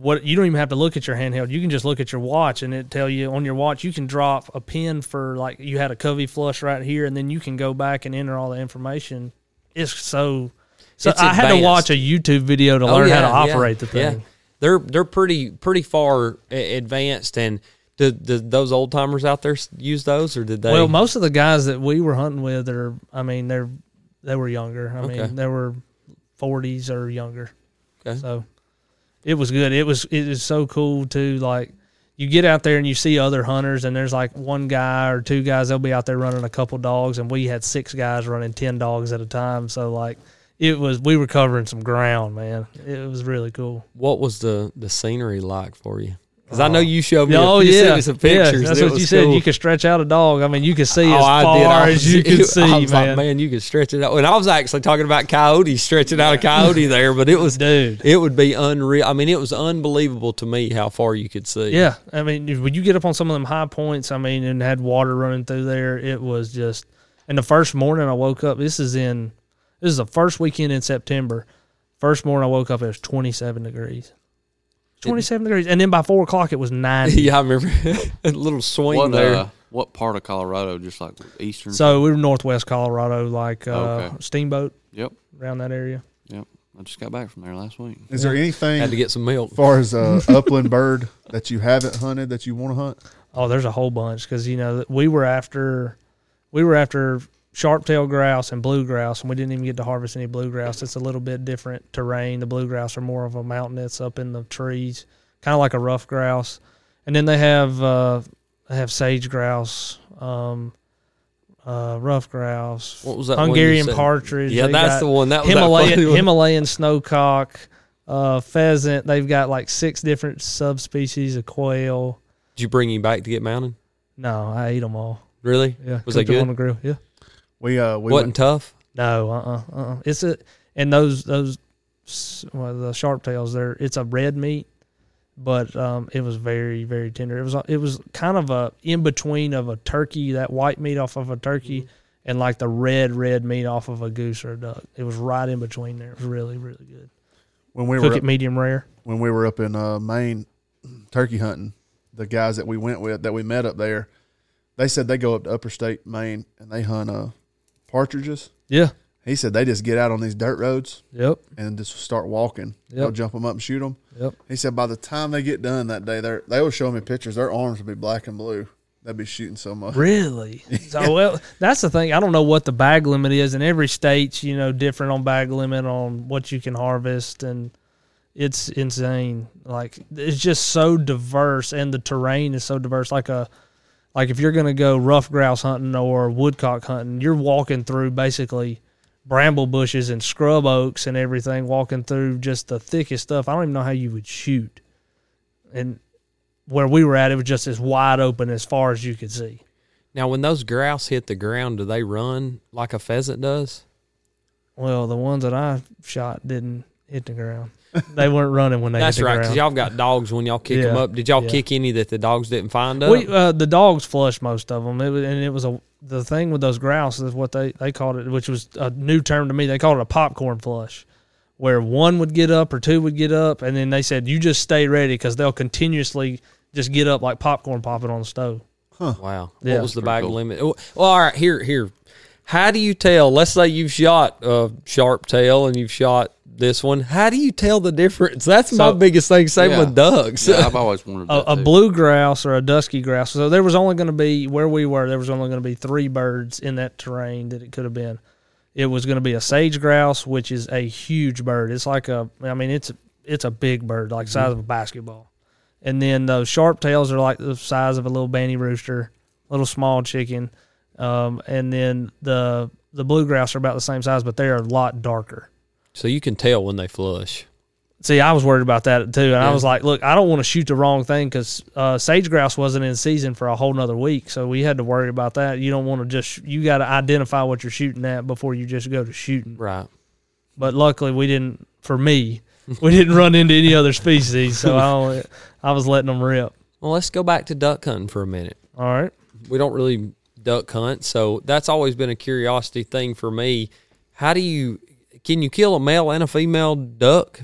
what you don't even have to look at your handheld. You can just look at your watch and it tell you on your watch you can drop a pin for like you had a covey flush right here, and then you can go back and enter all the information. It's so. So It's I had to advanced. watch a YouTube video to Oh, learn yeah, how to yeah, operate the yeah. thing. They're they're pretty pretty far a- advanced, and do, do those old timers out there s- use those, or did they? Well, most of the guys that we were hunting with are, I mean, they're they were younger. I Okay. mean, they were forties or younger. Okay. So it was good. It was it is so cool to like you get out there and you see other hunters and there's like one guy or two guys they'll be out there running a couple dogs and we had six guys running ten dogs at a time. So like it was we were covering some ground, man. It was really cool. what was the the scenery like for you? Because I know you showed me. Oh a few, yeah, series of Yeah, pictures. that's It what you was said. cool. Oh, You could stretch out a dog. I mean, you could see as I far did. I was- as you could see, I was man. like, man, you could stretch it out. And I was actually talking about coyotes stretching out a coyote there, but it was Dude. It would be unreal. I mean, it was unbelievable to me how far you could see. Yeah, I mean, if- when you get up on some of them high points, I mean, and had water running through there, it was just. And the first morning I woke up, this is in, this is the first weekend in September. First morning I woke up, it was twenty seven degrees. Twenty seven degrees, and then by four o'clock it was ninety. yeah, I remember a little swing What there. uh, what part of Colorado? Just like eastern. So we were northwest Colorado, like uh, Okay. Steamboat yep, around that area. yep. I just got back from there last week. Is there anything Had to as get some milk. far as uh, upland bird that you haven't hunted that you want to hunt? Oh, there's a whole bunch because you know we were after, we were after sharp-tailed grouse and blue grouse, and we didn't even get to harvest any blue grouse. It's a little bit different terrain. The blue grouse are more of a mountain that's up in the trees, kind of like a rough grouse. And then they have uh, they have sage grouse, um, uh, rough grouse, What was that? one you Hungarian said? partridge. Yeah, They that's got the one. That was that Himalayan funny one. Himalayan snowcock, uh, pheasant. They've got like six different subspecies of quail. Did you bring him back to get mounted? No, I eat them all. Really? Yeah, Was they cooked them good? on the grill? Yeah. We uh we Wasn't went, tough. No, uh, uh-uh, uh, it's a and those those s- well, the sharp tails. They're it's a red meat, but um, it was very very tender. It was a- it was kind of a in between of a turkey, that white meat off of a turkey, and like the red red meat off of a goose or a duck. It was right in between there. It was really really good. when we Cook were it medium rare. when we were up in uh, Maine turkey hunting, the guys that we went with that we met up there, they said they go up to upper state Maine and they hunt uh, partridges. Yeah. He said they just get out on these dirt roads Yep. and just start walking. They'll Yep. jump them up and shoot them. Yep. He said by the time they get done that day, they are they will show me pictures. Their arms will be black and blue. They'd be shooting so much. Really? So well, that's the thing. I don't know what the bag limit is, and every state's you know different on bag limit on what you can harvest, and it's insane. Like it's just so diverse, and the terrain is so diverse. Like a like if you're gonna go rough grouse hunting or woodcock hunting, you're walking through basically bramble bushes and scrub oaks and everything, walking through just the thickest stuff. I don't even know how you would shoot, and where we were at, it was just as wide open as far as you could see. Now, when those grouse hit the ground, do they run like a pheasant does? Well, the ones that I shot didn't hit the ground. They weren't running when they That's hit the right, because ground. y'all got dogs. When y'all kick them Yeah, up, did y'all yeah. kick any that the dogs didn't find up? we, uh, the dogs flushed most of them. It was, and it was a the thing with those grouse is what they they called it, which was a new term to me. They called it a popcorn flush, where one would get up or two would get up, and then they said you just stay ready because they'll continuously just get up like popcorn popping on the stove. Wow. Yeah. What was the Pretty bag cool. limit? Oh, Well, all right, here, here. How do you tell? Let's say you've shot a sharp tail and you've shot this one. How do you tell the difference? That's my So- biggest thing. Same Yeah. with ducks. Yeah, I've always wanted a, that a too. blue grouse or a dusky grouse. So there was only going to be where we were. There was only going to be three birds in that terrain that it could have been. It was going to be a sage grouse, which is a huge bird. It's like a, I mean, it's it's a big bird, like size of a basketball. And then those sharp tails are like the size of a little banty rooster, little small chicken. Um, and then the the blue grouse are about the same size, but they are a lot darker. So you can tell when they flush. See, I was worried about that too, and Yeah. I was like, "Look, I don't want to shoot the wrong thing because uh, sage grouse wasn't in season for a whole nother week, so we had to worry about that. You don't want to just you got to identify what you're shooting at before you just go to shooting. Right. But luckily, we didn't. For me, we didn't run into any other species, so I don't, I was letting them rip. Well, let's go back to duck hunting for a minute. All right, we don't really duck hunt, so that's always been a curiosity thing for me. How do you can you kill a male and a female duck?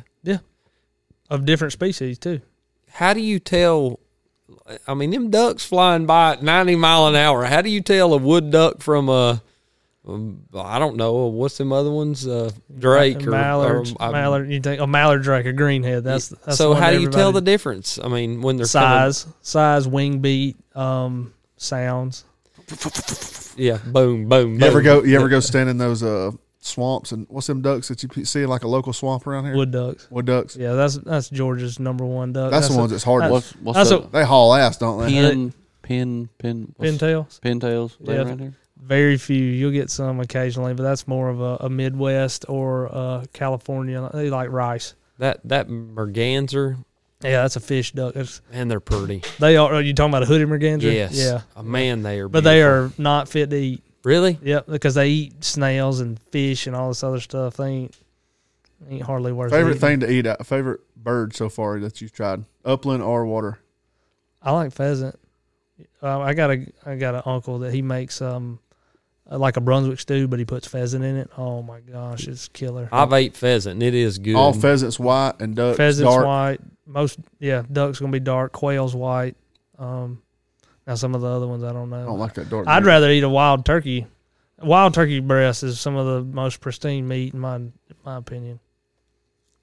of different species too. How do you tell? I mean, them ducks flying by at ninety mile an hour. How do you tell a wood duck from a? um, I don't know what's them other ones, uh, Drake or mallard, or- I- mallard. You think a mallard drake, a greenhead? That's, that's the so one how that do you tell everybody- the difference? I mean, when they're coming- size, size, wing beat, um, sounds. yeah, boom, boom. You ever boom. go? You ever go stand in those uh swamps and what's them ducks that you pe- see in like a local swamp around here? Wood ducks. Wood ducks. Yeah, that's that's Georgia's number one duck. That's, the ones that's hard. that's- to What's, what's that's the They haul ass, don't uh, they? pin, pin, pin, a pintails. pin tails? Yeah. right here? Very few. You'll get some occasionally, but that's more of a, a Midwest or uh California. They like rice. that that merganser? Yeah, that's a fish duck. It's, Man, they're pretty. they are. Are you talking about a hooded mergansers? Yes. Yeah. Oh, man, they are. But they beautiful. are not fit to eat. really. Yep, because they eat snails and fish and all this other stuff. They ain't ain't hardly worth. Favorite eating. thing to eat? Out, favorite bird so far that you've tried? Upland or water? I like pheasant. Uh, I got a I got an uncle that he makes um uh, like a Brunswick stew, but he puts pheasant in it. Oh my gosh, it's killer. uh, I've ate pheasant and it is good. All pheasants white and ducks Pheasant's dark. white. Most yeah, duck's gonna be dark. Quail's white. Um, now some of the other ones I don't know. I don't like that dark. I'd meat. rather eat a wild turkey. Wild turkey breast is some of the most pristine meat in my in my opinion.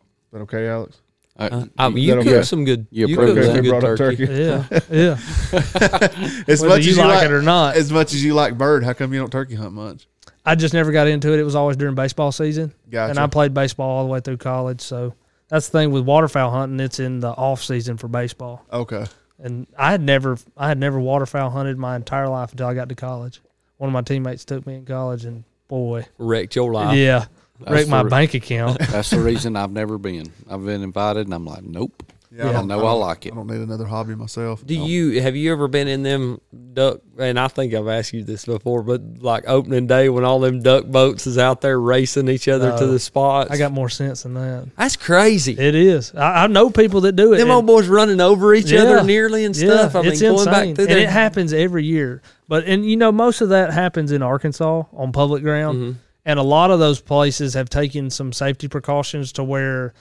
Is that okay, Alex? I- Uh, I mean, that you okay? cook some good. You You approve cook that? some Okay, good brought up turkey. Yeah, yeah. As Whether much you as you like like, it or not, as much as you like bird, how come you don't turkey hunt much? I just never got into it. It was always during baseball season, Gotcha. and I played baseball all the way through college. So that's the thing with waterfowl hunting; it's in the off season for baseball. okay. And I had never, I had never waterfowl hunted my entire life until I got to college. One of my teammates took me in college, and boy, Wrecked your life. yeah, That's wrecked my the- bank account. That's the reason I've never been. I've been invited, and I'm like, nope. Yeah, I don't- know I, don't- like it. I don't need another hobby myself. Oh. Do you have you ever been in them duck? And I think I've asked you this before, but like opening day when all them duck boats is out there racing each other to No. the spots. Uh, I got more sense than that. that's crazy. It is. I, I know people that do it. them and- old boys running over each Yeah. other nearly and stuff. I mean, it's going insane. back through and it there. happens every year. But and you know, most of that happens in Arkansas on public ground, Mm-hmm. and a lot of those places have taken some safety precautions to where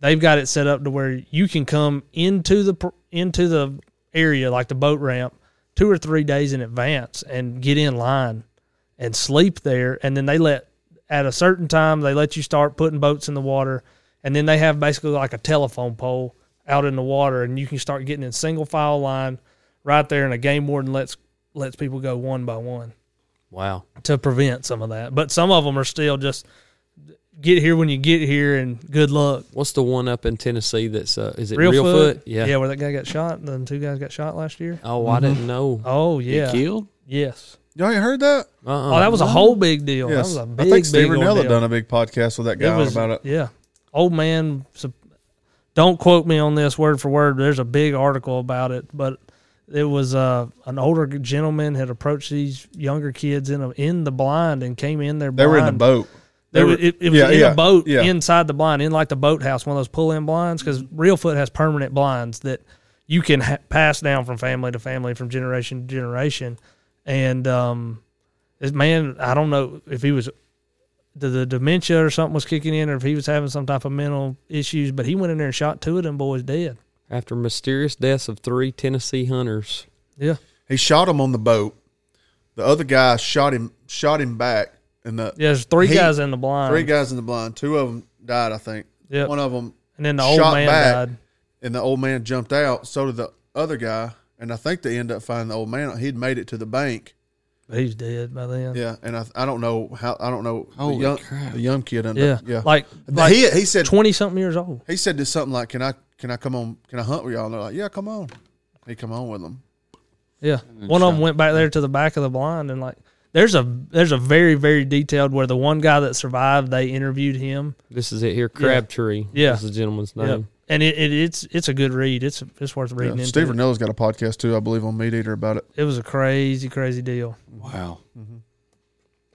they've got it set up to where you can come into the pr- into the area like the boat ramp two or three days in advance and get in line and sleep there, and then they let at a certain time they let you start putting boats in the water and then they have basically like a telephone pole out in the water and you can start getting in single file line right there and a game warden lets lets people go one by one wow. to prevent some of that but some of them are still just get here when you get here and good luck What's the one up in Tennessee that's uh, is it real, foot, Yeah. yeah where that guy got shot the two guys got shot last year Oh, I didn't know. oh Get yeah killed? yes Y'all ain't heard that? Uh-uh. oh that was a whole big deal Yes. Oh, that was a big I think big Steve Rinella ordeal. done a big podcast with that guy It was- about it. Yeah. Old man, so- don't quote me on this word for word. But there's a big article about it, but it was uh, an older gentleman had approached these younger kids in a, in the blind and came in their They blind. were in the boat. They They were, were- it, it was yeah, in yeah, a boat yeah. inside the blind, in like the boathouse, one of those pull-in blinds. Because Realfoot has permanent blinds that you can ha- pass down from family to family, from generation to generation. And um, this man, I don't know if he was the, the dementia or something was kicking in, or if he was having some type of mental issues. But he went in there and shot two of them boys dead. After mysterious deaths of three Tennessee hunters. Yeah, He shot him on the boat. The other guy shot him shot him back and the yeah. There's three He- guys in the blind. three guys in the blind. Two of them died, I think. Yep. One of them and then the old shot man back. died. and the old man jumped out. So did the other guy, and I think they ended up finding the old man. He'd made it to the bank. But he's dead by then. Yeah, and I, I don't know how I don't know Holy the young crap. the young kid. Ended yeah, up, yeah. Like, But like he he said twenty something years old. he said this something like, "Can I can I come on? Can I hunt with y'all?" And they're like, "Yeah, come on." He come on with them. Yeah, one of them went back there to the back of the blind, and like, there's a there's a very very detailed where the one guy that survived, they interviewed him. This is it here. Crabtree. Yeah. Is the gentleman's Yeah, name. and it, it it's it's a good read. It's it's worth reading. Yeah. into. Steve Renella's got a podcast too, I believe, on Meat Eater about it it was a crazy crazy deal Wow.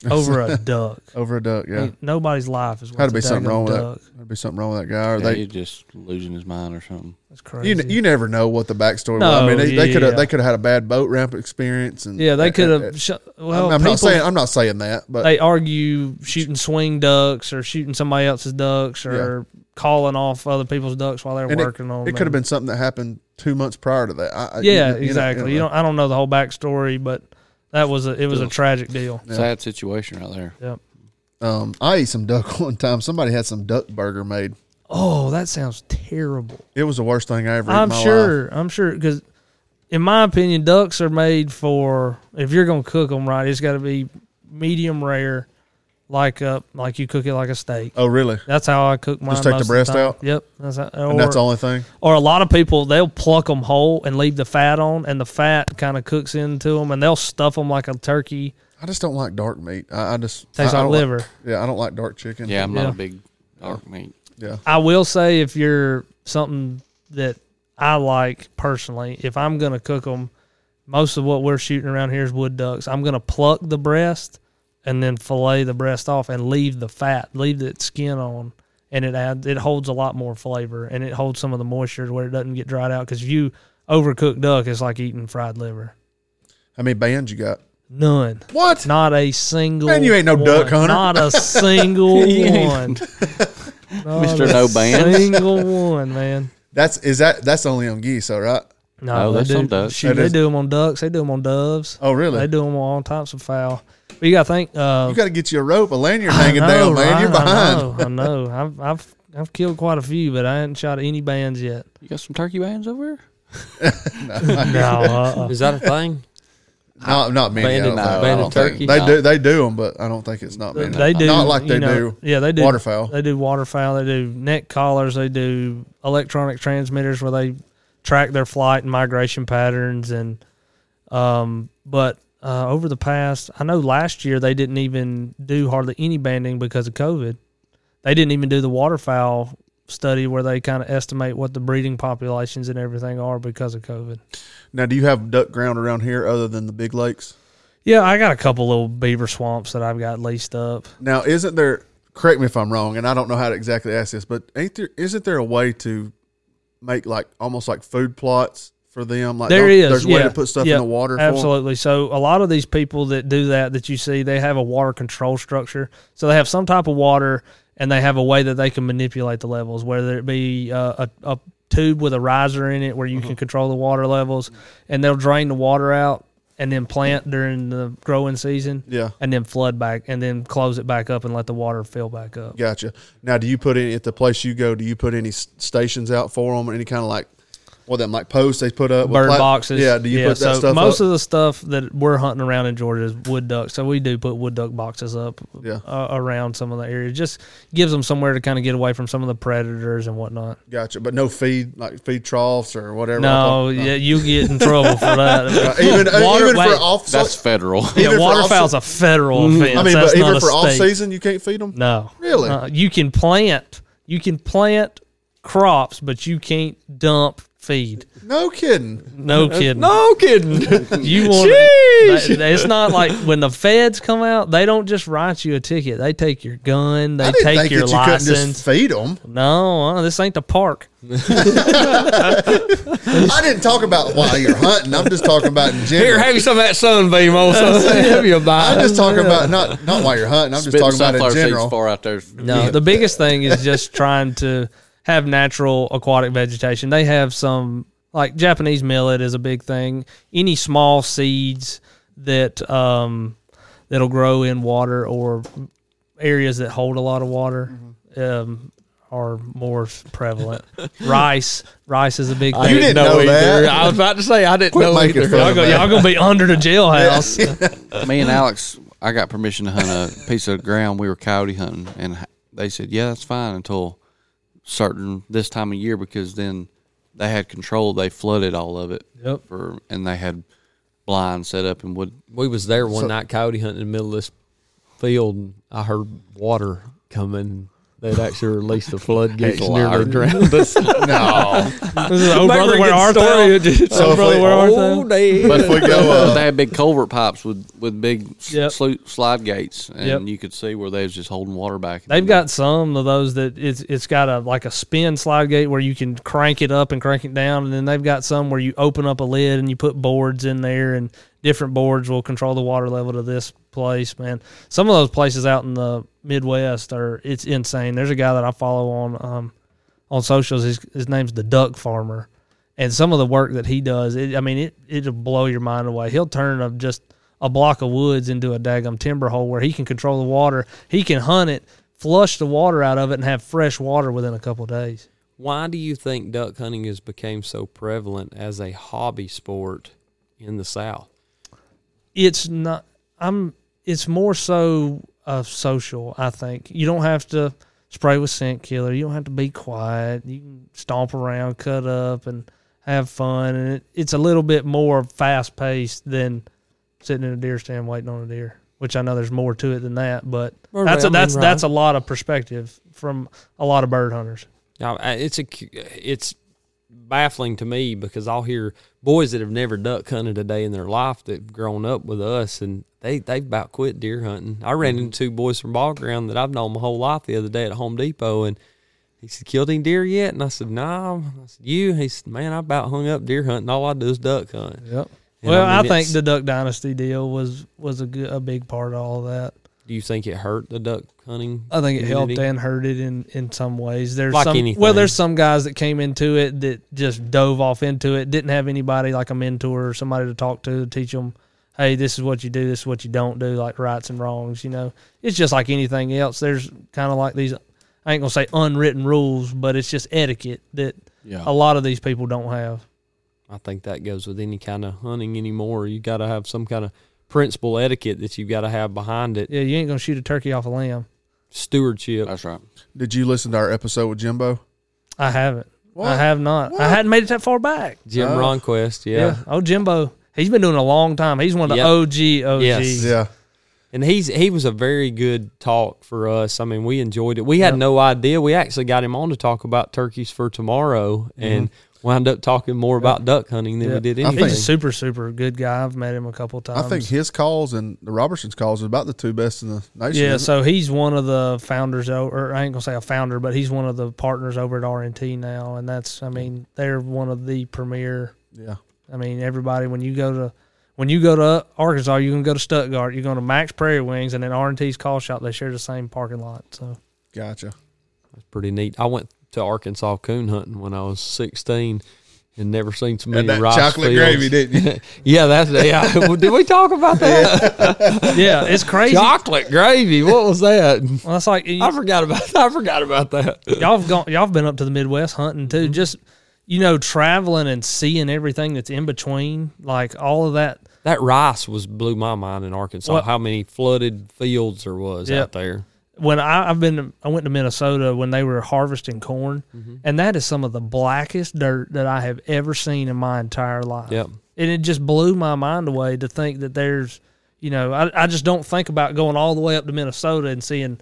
over a duck. over a duck. I Yeah, mean, nobody's life is worth had to be a something daggone wrong with duck. that. There'd be something wrong with that guy, or Are they. they just losing his mind or something? That's crazy. You, you never know what the backstory was. No, I mean, they, they could yeah. have they could have had a bad boat ramp experience, and yeah, they and- could and- have. Sh- well, uh, I'm, I'm people, not saying I'm not saying that, but they argue shooting swing ducks or shooting somebody else's ducks or calling off other people's ducks while they're And working on. it could have them. been something that happened two months prior to that. I, I- Uh, you Oh, Yeah, know- you know- exactly. you You know. don't. I don't know the whole backstory, but that was a. It was a tragic deal. Sad situation right there. Yep. Um, I ate some duck one time. Somebody had some duck burger made. Oh, that sounds terrible. It was the worst thing I ever. ate in I'm my life. sure. I'm sure because, in my opinion, ducks are made for if you're gonna cook them right, it's got to be medium rare, like up like you cook it like a steak. Oh, really? That's how I cook mine. Just take the most of breast time. out? Yep. That's how, or, And that's the only thing. or a lot of people they'll pluck them whole and leave the fat on, and the fat kind of cooks into them, and they'll stuff them like a turkey. I just don't like dark meat. I, I just Tastes I, I like don't like- liver. yeah, I don't like dark chicken. Yeah, I'm Yeah. not a big dark meat. yeah. I will say if you're something that I like personally, if I'm going to cook them, most of what we're shooting around here is wood ducks. I'm going to pluck the breast and then fillet the breast off and leave the fat, leave the skin on, and it adds it holds a lot more flavor and it holds some of the moisture to where it doesn't get dried out. Because if you overcook duck, it's like eating fried liver. How many bands you got? None. What? Not a single. Man, you ain't no one. duck hunter. Not a single one. Mr. No Bands. Single one, man. That's is that that's only on geese, though, right? No, No, they Oh, that's do. on ducks. Shoot, That they is- do them on ducks. They do them on doves. Oh, really? They do them on all types of fowl. But you got to think. Uh, You got to get you a rope, a lanyard I hanging know, down, man. right? You're behind. I know. I know. I've, I've I've killed quite a few, but I ain't shot any bands yet. You got some turkey bands over here? No, uh, Is that a thing? Not not many. I don't Banded- think. I banded don't think. turkey? They No. do they do them, but I don't think it's not many. They do not like they you know, do Yeah, they do waterfowl. They do waterfowl. They do neck collars. They do electronic transmitters where they track their flight and migration patterns. And um, but uh, over the past, I know last year they didn't even do hardly any banding because of COVID. They didn't even do the waterfowl study where they kind of estimate what the breeding populations and everything are because of COVID. Now, do you have duck ground around here other than the big lakes? Yeah, I got a couple little beaver swamps that I've got leased up. Now, isn't there? Correct me if I'm wrong, and I don't know how to exactly ask this, but ain't there? Isn't there a way to make like almost like food plots for them? Like There don't- is, There's a way yeah. to put stuff Yeah, in the water. for 'em? Absolutely. So a lot of these people that do that that you see, they have a water control structure. So they have some type of water, and they have a way that they can manipulate the levels, whether it be uh, a, a tube with a riser in it where you can Mm-hmm. control the water levels, and they'll drain the water out and then plant during the growing season, Yeah. and then flood back and then close it back up and let the water fill back up. Gotcha. Now, do you put any at the place you go? Do you put any s- stations out for them, or any kind of like, well, them like posts they put up, with bird plat- boxes. Yeah. Do you put that so stuff Most up? of the stuff that we're hunting around in Georgia is wood duck. So we do put wood duck boxes up Yeah. uh, around some of the areas. Just gives them somewhere to kind of get away from some of the predators and whatnot. gotcha. But no feed, like feed troughs or whatever. No, yeah, you get in trouble for that. Even uh, Water- even for wait. off. That's federal. even Yeah, for waterfowl's off- a federal offense. I mean, That's but not even a for off state. season, you can't feed them. no, Really? Uh, you can plant, you can plant crops, but you can't dump feed. No kidding. No kidding. No kidding. You want Sheesh. it. It's not like when the feds come out, they don't just write you a ticket. They take your gun, they I didn't take think your that you couldn't license. just feed them. no, uh, this ain't the park. I didn't talk about while you're hunting. I'm just talking about in general. Here, have you some of that sunbeam on something. Have you a bite. I'm just talking about not not while you're hunting. I'm just Spitting talking about sunflower in seeds general. far out there. No, the biggest thing is just trying to have natural aquatic vegetation. They have some like Japanese millet is a big thing. Any small seeds that um that'll grow in water or areas that hold a lot of water um are more prevalent. rice, rice is a big thing. You didn't know either. that. I was about to say I didn't Quit know making either. Y'all fun of Y'all, go- go, that. y'all- y'all gonna be under the jailhouse. Me and Alex, I got permission to hunt a piece of ground. We were coyote hunting, and h- they said, "Yeah, that's fine until certain this time of year, because then they had control. They flooded all of it, Yep. for, and they had blinds set up and would We was there one night coyote hunting in the middle of this field. And I heard water coming. They'd actually released the floodgates He's and nearly liar. drowned us. No. This is oh Remember brother, where getting art story, thou? it just- So oh if brother, we- where art Oh, thou? damn. But if we go, uh, they had big culvert pipes with, with big Yep. slu- slide gates, and Yep. you could see where they was just holding water back. They've got some of those that it's it's got a like a spin slide gate where you can crank it up and crank it down, and then they've got some where you open up a lid and you put boards in there, and different boards will control the water level to this place. Man, some of those places out in the Midwest are it's insane. There's a guy that I follow on um on socials. His his name's the Duck Farmer, and some of the work that he does, it, I mean, it it'll blow your mind away. He'll turn a, just a block of woods into a daggum timber hole where he can control the water. He can hunt it, flush the water out of it, and have fresh water within a couple of days. Why do you think duck hunting has became so prevalent as a hobby sport in the South? It's not. I'm. It's more so uh, social. I think you don't have to spray with scent killer. You don't have to be quiet. You can stomp around, cut up, and have fun. And it, it's a little bit more fast paced than sitting in a deer stand waiting on a deer. Which I know there's more to it than that, but Well, that's I a, mean, that's right. that's a lot of perspective from a lot of bird hunters. Now, I- it's a cu- it's baffling to me because I'll hear boys that have never duck hunted a day in their life that have grown up with us and they they've about quit deer hunting. I ran Mm-hmm. into two boys from ball ground that I've known my whole life the other day at Home Depot and he said, Killed any deer yet? And I said, Nah. I said, You? He said, Man, I about hung up deer hunting. All I do is duck hunt. Yep. And well, I I, mean, think it's- the Duck Dynasty deal was was a good, a big part of all that. Do you think it hurt the duck hunting? I think it helped community? and hurt it in in some ways. There's Like some anything. well, there's some guys that came into it that just dove off into it, didn't have anybody like a mentor or somebody to talk to to teach them, hey, this is what you do, this is what you don't do, like rights and wrongs. You know, it's just like anything else. There's kind of like these, I ain't gonna say unwritten rules, but it's just etiquette that yeah. a lot of these people don't have. I think that goes with any kind of hunting anymore. You got to have some kind of principle etiquette that you got to have behind it. Yeah, you ain't gonna shoot a turkey off a limb. Stewardship. That's right. Did you listen to our episode with Jimbo? I haven't. What? I have not. I hadn't made it that far back. Jim Oh. Ronquist. Yeah. Oh, Jimbo. He's been doing it a long time. He's one of the Yep. OG OGs. Yes. Yeah. And he's he was a very good talk for us. I mean, we enjoyed it. We had no idea. We actually got him on to talk about turkeys for tomorrow and wound up talking more about duck hunting than we Yep. did Mm-hmm. I anything. He's a super, super good guy. I've met him a couple times. I think his calls and the Robertson's calls is about the two best in the nation. Yeah, isn't so he's one of the founders, o- or I ain't gonna say a founder, but he's one of the partners over at R and T now, and that's, I mean, they're one of the premier. it? yeah. I mean, everybody when you go to when you go to Arkansas, you can go to Stuttgart, you go to Max Prairie Wings, and then R and T's call shop. They share the same parking lot, so Gotcha. That's pretty neat. I went to Arkansas coon hunting when I was sixteen and never seen so many And that rice chocolate fields. gravy, didn't you? Yeah, that's yeah. Well, did we talk about that? yeah, it's crazy. Chocolate gravy. What was that? Well, it's like I forgot about I forgot about that. y'all have gone, y'all have been up to the Midwest hunting too. Mm-hmm. Just you know, traveling and seeing everything that's in between, like all of that. That rice was blew my mind in Arkansas. What- How many flooded fields there was Yep. out there. When I, I've been, I went to Minnesota when they were harvesting corn, Mm-hmm. and that is some of the blackest dirt that I have ever seen in my entire life. Yep. and it just blew my mind away to think that there's, you know, I, I just don't think about going all the way up to Minnesota and seeing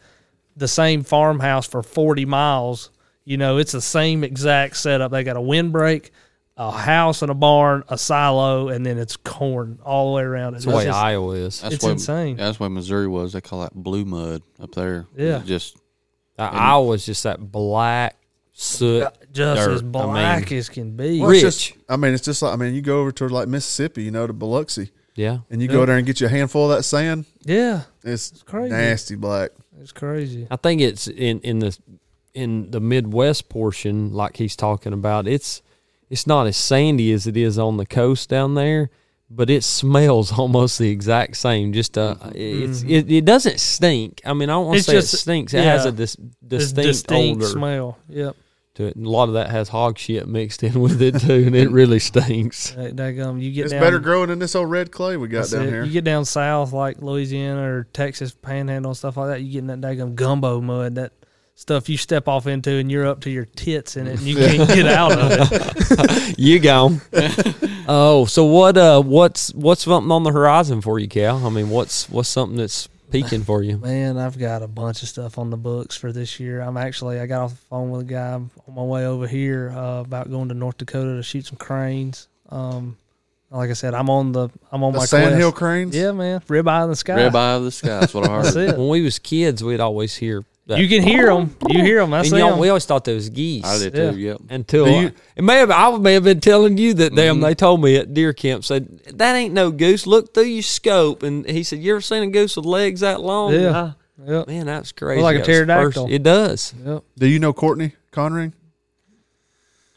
the same farmhouse for 40 miles. You know, it's the same exact setup. They got a windbreak, a house and a barn, a silo, and then it's corn all the way around. That's the way Iowa is. That's It's why, insane. That's why Missouri was. They call that blue mud up there. Yeah. It's just Uh, Iowa's just that black soot. just dirt. as I mean- black as can be. Well, Rich. It's just, I mean, it's just like I mean, you go over to like Mississippi, you know, to Biloxi, Yeah. and you go there and get you a handful of that sand. Yeah, It's, crazy. nasty black. it's crazy. I think it's in, in the in the Midwest portion, like he's talking about, it's it's not as sandy as it is on the coast down there, but it smells almost the exact same. Just uh, it's it, it doesn't stink. I mean, I don't want to Mm-hmm. It's say just- it stinks. It has yeah. a dis, This distinct, distinct odor smell. Yep. to it, and a lot of that has hog shit mixed in with it too, and it really stinks. That, that, um, you get It's down, better growing in this old red clay we got That's down it. here. You get down south like Louisiana or Texas Panhandle and stuff like that, you get in that daggum gumbo mud, that stuff you step off into and you're up to your tits in it and you can't get out of it. You go. oh, so what? Uh, what's what's something on the horizon for you, Cal? I mean, what's what's something that's peaking for you? Man, I've got a bunch of stuff on the books for this year. I'm actually I got off the phone with a guy on my way over here uh, about going to North Dakota to shoot some cranes. Um, like I said, I'm on the I'm on The my sandhill quest. cranes. Yeah, man, ribeye in the sky. red eye of the sky. That's what I That's heard. it. When we was kids, we'd always hear that. You can hear them. You hear them. I and see y'all- 'em. we always thought there was geese. I did Yeah. too. Yep. Until Do I- you- it may have, I may have been telling you that. Mm-hmm. Damn, they told me at deer camp said that ain't no goose. Look through your scope, and he said, "You ever seen a goose with legs that long?" Yeah. And I- Yep. man, that's crazy. like a That was the first- pterodactyl. It does. Yep. Do you know Courtney Conring? Did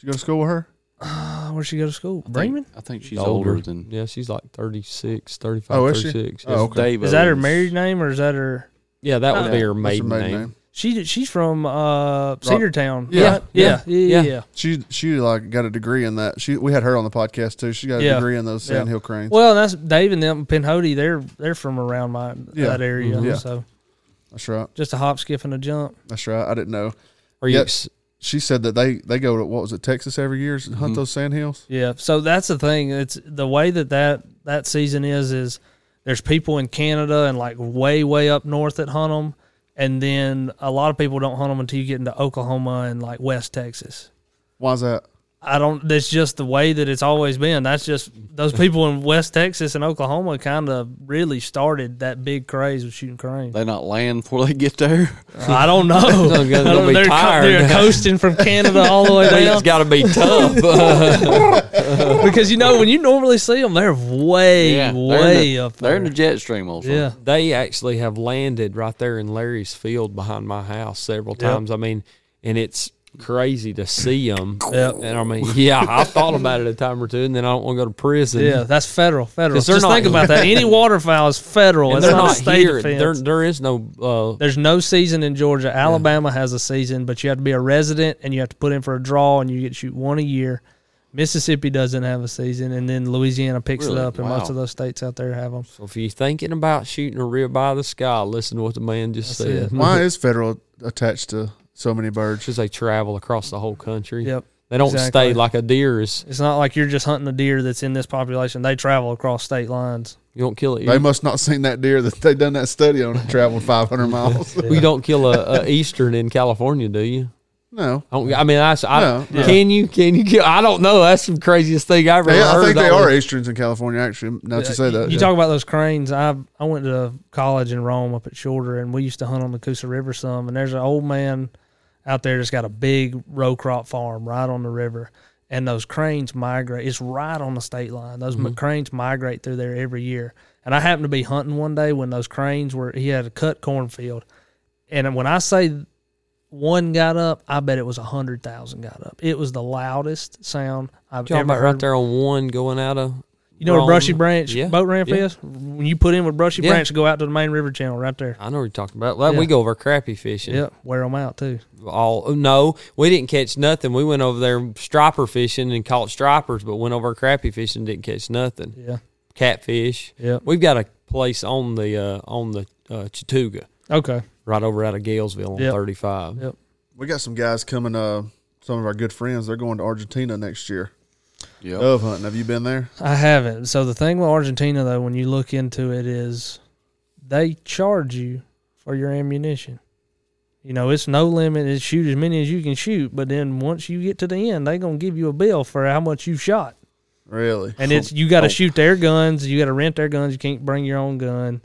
you go to school with her? Oh, where'd she go to school? Bremen? I think she's older, than yeah, she's like 36, 35, Oh, is she? 36. Oh, okay. Dave. Is that her Owens. married name or is that her? Yeah, that would Oh. be her What's her maiden, maiden name. She she's from uh Cedartown. Yeah. right? yeah, yeah, yeah. Yeah. She she like got a degree in that. She we had her on the podcast too. She got a Yeah. degree in those Yeah. sandhill cranes. Well, that's Dave and them Penhody. They're they're from around my Yeah. that area. Mhm. Yeah. So That's right. just a hop, skip, and a jump. That's right. I didn't know. Are you Yep. ex- She said that they they go to what was it Texas every year and hunt Mm-hmm. Mhm. those sandhills. Yeah. So that's the thing. It's the way that that that season is is there's people in Canada and like way way up north that hunt them, and then a lot of people don't hunt them until you get into Oklahoma and like West Texas. Why's that? Mm-hmm. I don't. That's just the way that it's always been. That's just those people in West Texas and Oklahoma kind of really started that big craze of shooting cranes. They not land before they get there. I don't know. They'll be I don't- they're, co- tired. they're coasting from Canada all the way down it's got to be tough. because you know when you normally see them, they're way, yeah. they're way in the, up They're there. in the jet stream also. yeah, they actually have landed right there in Larry's field behind my house several times. I mean, and it's crazy to see them. Yep. And I mean, yeah, I've thought about it a time or two, and then I don't want to go to prison. yeah. That's federal. Federal. 'Cause they're Just not- think about that. Any waterfowl is federal. And It's they're not, a not state here. offense. There, there is no. Uh, There's no season in Georgia. Alabama has a season, but you have to be a resident and you have to put in for a draw and you get to shoot one a year. Mississippi doesn't have a season, and then Louisiana picks Really? it up, and Wow. most of those states out there have them. So if you're thinking about shooting a rib by the sky, listen to what the man just That's it. said. Why is federal attached to so many birds? Because they travel across the whole country. Yep. They don't exactly. stay like a deer is. It's not like you're just hunting a deer that's in this population. They travel across state lines. You don't kill it. They must not seen that deer that they done that study on. It traveled 500 miles. We don't kill a, a eastern in California, do you? No, I, don't, I mean, I, I No. can you can you kill? I don't know. That's the craziest thing I've ever They- I heard. think they though. are easterns in California. Actually, now that you say that, You talk about those cranes. I I went to college in Rome up at Shorter, and we used to hunt on the Coosa River some. And there's an old man out there that's got a big row crop farm right on the river, and those cranes migrate. It's right on the state line. Those Mm-hmm. m cranes migrate through there every year. And I happened to be hunting one day when those cranes were. He had a cut cornfield, and when I say one got up, I bet it was a hundred thousand got up. It was the loudest sound I've Talking ever about heard. right there on one going out of. You know where Wrong. Brushy Branch Yeah, boat ramp yeah. is? When you put in with Brushy Yeah. Branch, go out to the main river channel right there. I know what you're talking about. Like, We Yeah. go over crappy fishing. Yep, wear them out too. All no, we didn't catch nothing. We went over there striper fishing and caught stripers, but went over crappy fishing and didn't catch nothing. Yeah, Catfish. Yep. We've got a place on the uh, on the uh, Chattooga, okay. right over out of Galesville on Yep. 35. Yep. we got some guys coming. Uh, some of our good friends. They're going to Argentina next year. Yep. Dove hunting. Have you been there? I haven't. So the thing with Argentina though, when you look into it, is they charge you for your ammunition. You know, it's no limit. It's shoot as many as you can shoot, but then once you get to the end, they gonna give you a bill for how much you shot. Really? and it's you got to Oh. shoot their guns. You got to rent their guns. You can't bring your own gun.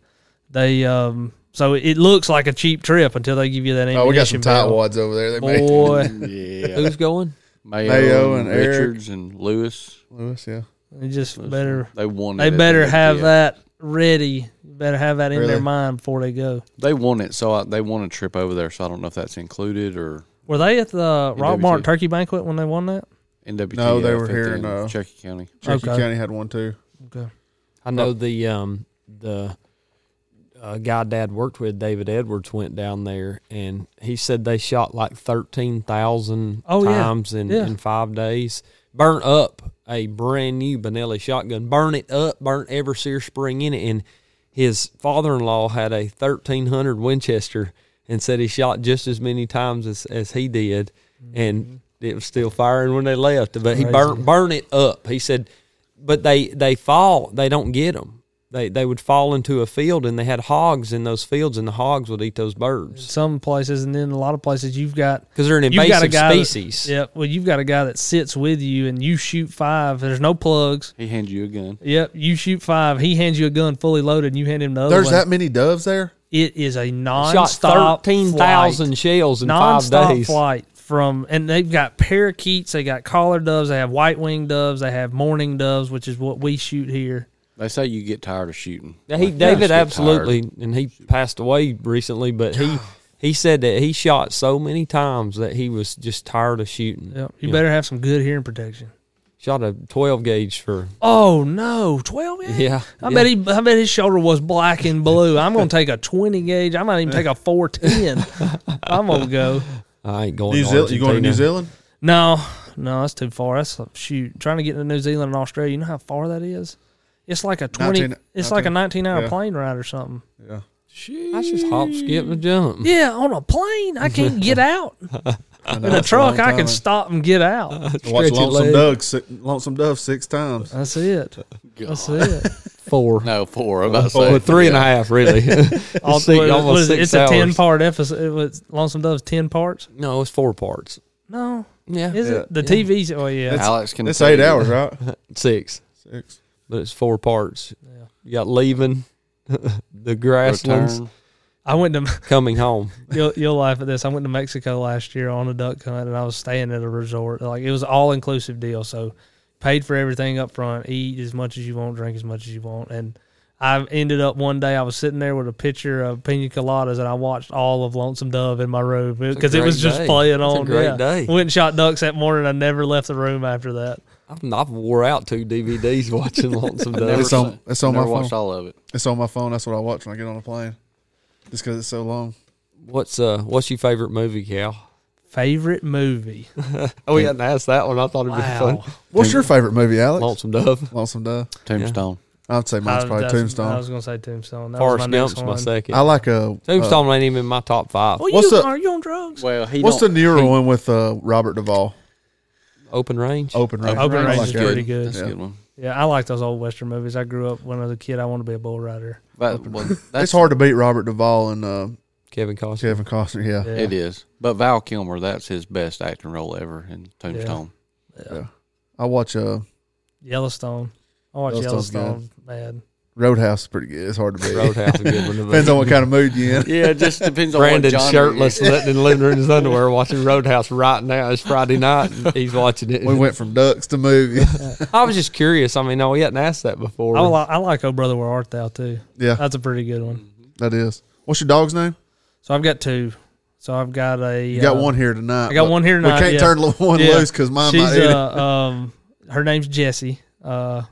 They um so it looks like a cheap trip until they give you that ammunition. Oh, we got some tight barrel. wads over there. They made Boy, yeah. Who's going? Mayo, Mayo and and Eric. Richards and Lewis. Lewis, Oh, yeah. they just better They won. they it at better the have ATF. that ready. Better have that in their Really? mind before they go. They won it, so I, they won a trip over there. So I don't know if that's included or Were they at the Rock NWT. Mart Turkey Banquet when they won that? NWT. No, they were here in, uh, Cherokee County. Cherokee Okay. County had one too. Okay. I know the um the uh, guy dad worked with, David Edwards, went down there and he said they shot like thirteen thousand Oh, yeah. times in, Yeah. in five days. Burnt up a brand new Benelli shotgun. Burn it up, burnt every sear spring in it. And his father in law had a thirteen hundred Winchester and said he shot just as many times as, as he did and it was still firing when they left. But he Mm-hmm. Crazy. burnt burn it up. He said, but they they fall. They don't get them. They they would fall into a field, and they had hogs in those fields, and the hogs would eat those birds Some places, and then a lot of places, you've got because they're an you've got a invasive guy that- species. yeah. Well, you've got a guy that sits with you, and you shoot five. There's no plugs. He hands you a gun. Yep, you shoot five. He hands you a gun fully loaded, and you hand him the other There's one. that many doves there. It is a Shot non-stop thirteen thousand shells in non-stop five days. flight from, and they've got parakeets, they got collar doves, they have white winged doves, they have mourning doves, which is what we shoot here. They say you get tired of shooting. Yeah, he Like, you David just get absolutely, tired. and he passed away recently. But he he said that he shot so many times that he was just tired of shooting. Yep, you Yeah. better have some good hearing protection. Shot a twelve gauge for Oh no, twelve? Yeah. yeah. I yeah. bet he, I bet his shoulder was black and blue. I'm gonna take a twenty gauge. I might even take a four ten. I'm gonna go. I ain't going. New to Zealand. You going to New Argentina. Zealand? No, no, that's too far. That's shoot. Trying to get to New Zealand and Australia, you know how far that is? It's like a twenty. 19 it's like a 19 nineteen-hour yeah. plane ride or something. Yeah. That's just hop, skip, and jump. Yeah, on a plane, I can't get out. In a truck, I can stop and get out. watch Stretch your Lonesome leg. Dove, six, Lonesome Dove six times. That's it. That's it. Four. No, four. I'm about to Oh, Well, say three and a half, really. All, Six- what- almost what is it? six It's a hours. ten-part episode. It was Lonesome Dove's ten parts. No, it's four parts. No, Yeah, is Yeah. it the Yeah. TV's? Oh yeah, Alex can. It's tell eight you. hours, right? six, Six. but it's four parts. Yeah. You got leaving the grasslands, Return. I went to. coming home. You'll, you'll laugh at this. I went to Mexico last year on a duck hunt, and I was staying at a resort. Like it was all inclusive deal, so paid for everything up front, eat as much as you want, drink as much as you want, and I ended up one day I was sitting there with a picture of pina coladas, and I watched all of Lonesome Dove in my room a because it was great just day. playing It's a on. great yeah. day. Went and shot ducks that morning. I never left the room after that. I've, I've wore out two DVDs watching Lonesome Never Dove. It's on- saw- it's on my never watched phone. all of it. It's on my phone. That's what I watch when I get on a plane. Just because it's so long. What's uh, what's your favorite movie, Cal? Favorite movie? Oh, we hadn't asked that one. I thought it'd be fun. Wow. What's your favorite movie, Alex? Lonesome Dove. Lonesome Dove. Tombstone. I'd say mine's I- probably that's- Tombstone. I was going to say Tombstone. That Forrest was my next Gump's my one. Oh, second. I like a Uh, Tombstone ain't even in my top five. Well, What's you, the- are you on drugs? Well, he what's the don't- newer he- one with uh, Robert Duvall? Open range. Open Range. Open I Range like is that. pretty good. That's Yeah. a good one. Yeah, I like those old Western movies. I grew up when I was a kid. I wanted to be a bull rider. But, well, It's that's hard to beat Robert Duvall and uh, Kevin Costner. Kevin Costner. Yeah. Yeah. It is. But Val Kilmer, that's his best acting role ever in Tombstone. I watch uh, Yellowstone. I watch Yellowstone's Yellowstone, man. Roadhouse. is Pretty good. It's hard to beat. Roadhouse, a good one. to me. Depends on what kind of mood you in. Yeah, it just depends on Brandon what genre shirtless, it sitting in the living room in his underwear, watching Roadhouse right now. It's Friday night. And he's watching it. We went from ducks to movies. I was just curious. I mean, no, we hadn't asked that before. I like, I like Oh Brother Where Art Thou too. yeah, That's a pretty good one. that is. What's your dog's name? So I've got two. So I've got a. You got uh, one here tonight. I got but one here tonight. We can't yeah. turn one Yeah. loose because mine She's might eat it. uh, um, her name's Jessie, uh,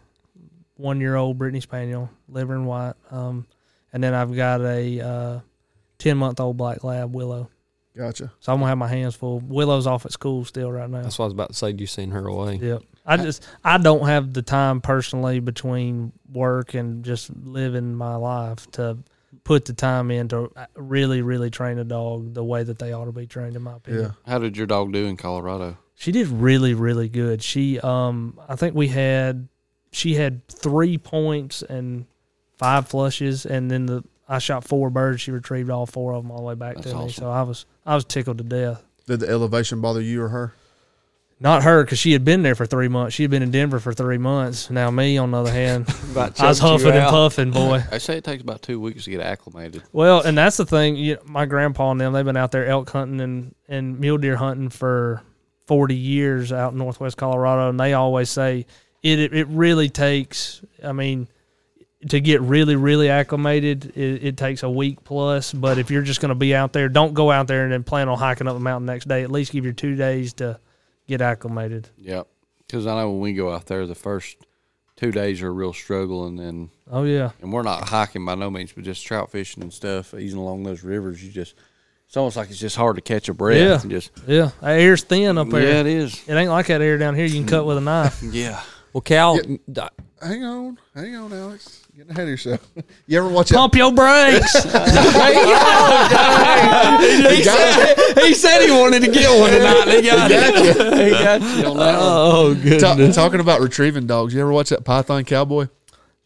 one year old Brittany Spaniel, liver and white. Um, and then I've got a uh, ten month old black lab Willow. Gotcha. So I'm gonna have my hands full. Willow's off at school still right now. That's what I was about to say. You send her away. Yep. I just I don't have the time personally between work and just living my life to put the time in to really really train a dog the way that they ought to be trained in my opinion. Yeah. How did your dog do in Colorado? She did really, really good. She, um, I think we had, she had three points and five flushes, and then the I shot four birds. She retrieved all four of them all the way back That's to me. awesome. So I was, I was tickled to death. Did the elevation bother you or her? Not her, because she had been there for three months. She had been in Denver for three months. Now me, on the other hand, About I was choked you huffing and out. puffing, boy. They say it takes about two weeks to get acclimated. Well, and that's the thing. You my grandpa and them, they've been out there elk hunting and, and mule deer hunting for 40 years out in northwest Colorado. And they always say it, it, it really takes, I mean, to get really, really acclimated, it, it takes a week plus. But if you're just going to be out there, don't go out there and then plan on hiking up the mountain next day. At least give your two days to get acclimated. Yep. Because I know when we go out there, the first two days are a real struggle, and then Oh, yeah. and we're not hiking by no means, but just trout fishing and stuff, easing along those rivers. You just it's almost like it's just hard to catch a breath. Yeah. And just Yeah. That air's thin up yeah, there. it is. It ain't like that air down here. You can cut with a knife. Yeah. Well, Cal, I- Hang on, hang on, Alex. Getting ahead of yourself. You ever watch Pump your brakes. he, said, he said he wanted to get one tonight. They got it. He got you on that one. Oh, good. Ta- talking about retrieving dogs. You ever watch that Python Cowboy?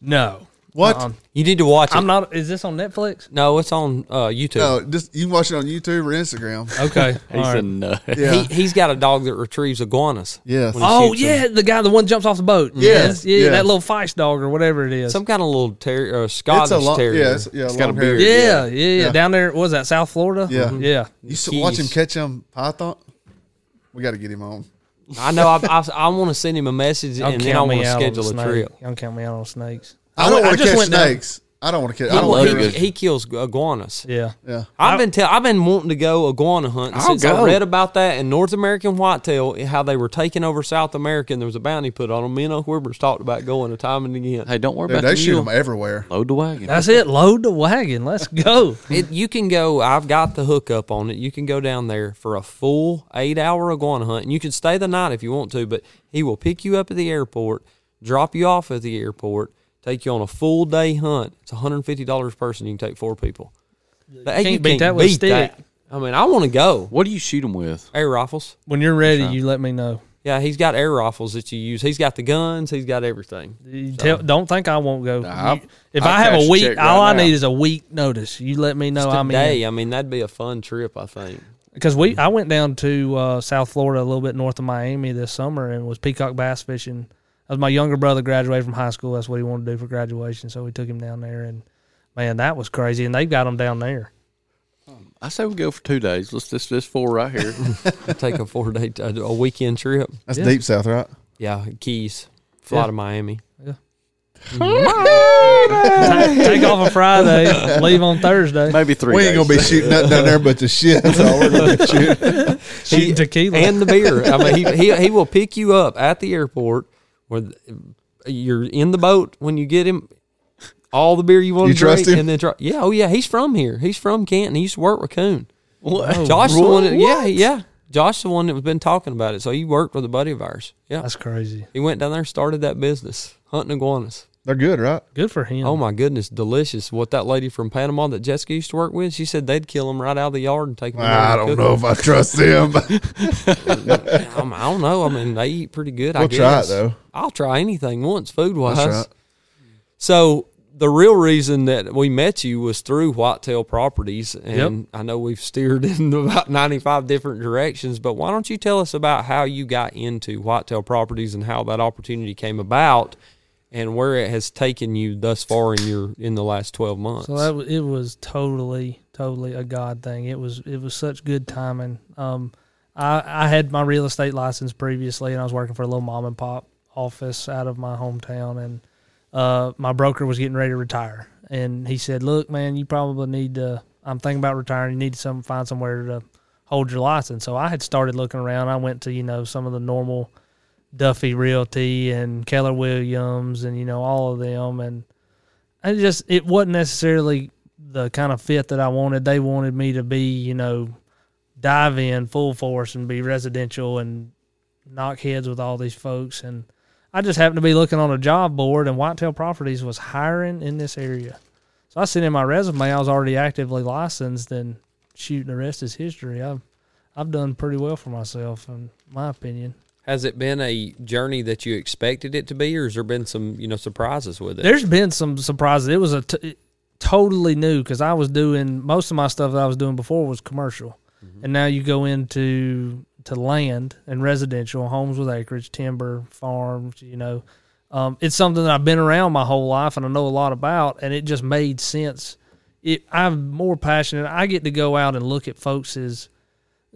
no. What? Uh-uh. You need to watch it. I'm not. Is this on Netflix? no, it's on uh, YouTube. No, just you can watch it on YouTube or Instagram. Okay. He's a nut. Yeah. He, he's got a dog that retrieves iguanas. yes. When he oh shoots 'em. yeah, the guy, the one jumps off the boat. Yes, yeah, yes. that little feist dog or whatever it is. Some kind of little terrier, uh, It's Scottish a long, terrier. yeah, it's, yeah, got a long hair. beard. yeah, yeah, yeah, Yeah. Down there, what was that South Florida? Yeah. Mhm. yeah. You s- watch him Keys. catch him python. We got to get him on. I know. I, I, I want to send him a message Don't and then I count want me to out on schedule a snake. trip. Don't count me out on snakes. I don't went- want to just catch went down- snakes. I don't want to catch. I He, don't love want he- to it. catch. he kills gu- iguanas. Yeah. Yeah. I've been tell, I've been wanting to go iguana hunting I'll since I go. read about that in North American whitetail how they were taking over South America and there was a bounty put on them. Me and Uncle Herbert's talked about going a time and again. Hey, don't worry Dude, about they the shoot mule. them everywhere. Load the wagon. That's it. Load the wagon. Let's go. It, you can go. I've got the hookup on it. You can go down there for a full eight hour iguana hunt, and you can stay the night if you want to. But he will pick you up at the airport, drop you off at the airport, take you on a full day hunt. It's one hundred and fifty dollars per person. You can take four people. You can't beat that with a stick. I mean, I want to go what do you shoot them with? air rifles. When you're ready, you let me know. Yeah, he's got air rifles that you use. He's got the guns. He's got everything. You tell, don't think I won't go. Nah, You- if I'll I have cash a the week, check all right I need now. is a week notice. You let me know I'm in. Today, I mean, that'd be a fun trip. I think. because we I went down to uh, South Florida a little bit north of Miami this summer and was peacock bass fishing. As my younger brother graduated from high school, that's what he wanted to do for graduation, so we took him down there and man, that was crazy. And they've got him down there. I say we go for two days. Let's just this four right here. Take a four day, a a weekend trip. That's Yeah. deep south, right? Yeah, Keys. Fly Yeah. to Miami. Ta- take off on Friday, leave on Thursday. Maybe three. we ain't days. gonna be shooting nothing down there but the shit. That's all we're gonna be shooting. Shooting tequila. and the beer. I mean, he, he he will pick you up at the airport where th- you're in the boat when you get him. All the beer you want You to drink, trust him? and then try, yeah, oh yeah, he's from here. He's from Canton. He used to work with Coon. What? Josh, the one that- yeah, yeah. Josh, the one that was been talking about it. So he worked with a buddy of ours. Yeah, That's crazy. he went down there and started that business hunting iguanas. They're good, right? Good for him. Oh my goodness, delicious! What that lady from Panama that Jessica used to work with, she said they'd kill them right out of the yard and take them. I don't know if I trust them. I'm, I do not know. I mean, they eat pretty good. I We'll guess. try it, though. I'll try anything once food wise. right. So the real reason that we met you was through Whitetail Properties, and I know we've steered in about 95 different directions. But why don't you tell us about how you got into Whitetail Properties and how that opportunity came about? And where it has taken you thus far in your in the last twelve months. So that was, it was totally, totally a God thing. It was it was such good timing. Um, I I had my real estate license previously, and I was working for a little mom and pop office out of my hometown, and uh, my broker was getting ready to retire, and he said, "Look, man, you probably need to. I'm thinking about retiring. You need to some find somewhere to hold your license." So I had started looking around. I went to you know some of the normal Duffy Realty and Keller Williams, and you know all of them, and I just it wasn't necessarily the kind of fit that I wanted. They wanted me to be, you know, dive in full force and be residential and knock heads with all these folks. And I just happened to be looking on a job board, and Whitetail Properties was hiring in this area. So I sent in my resume. I was already actively licensed, and shoot, the rest is history. I've I've done pretty well for myself, in my opinion. Has it been a journey that you expected it to be, or has there been some you know surprises with it? There's been some surprises. It was a t- totally new because I was doing most of my stuff that I was doing before was commercial, Mm-hmm. and now you go into to land and residential homes with acreage, timber, farms. You know, um, it's something that I've been around my whole life and I know a lot about, and it just made sense. It, I'm more passionate. I get to go out and look at folks's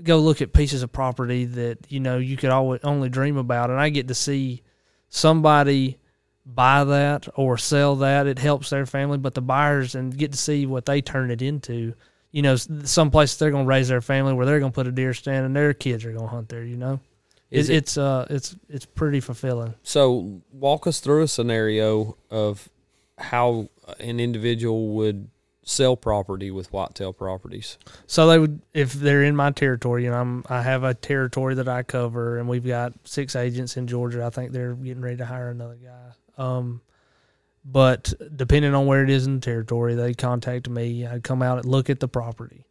go look at pieces of property that you know you could always only dream about, and I get to see somebody buy that or sell that. It helps their family, but the buyers and get to see what they turn it into. You know, s- some places they're going to raise their family where they're going to put a deer stand and their kids are going to hunt there. You know, Is it, it- it's uh, it's it's pretty fulfilling. so walk us through a scenario of how an individual would sell property with whitetail properties. So they would if they're in my territory, and I'm I have a territory that I cover, and we've got six agents in Georgia. I think they're getting ready to hire another guy. Um, but depending on where it is in the territory, they contact me. I come out and look at the property,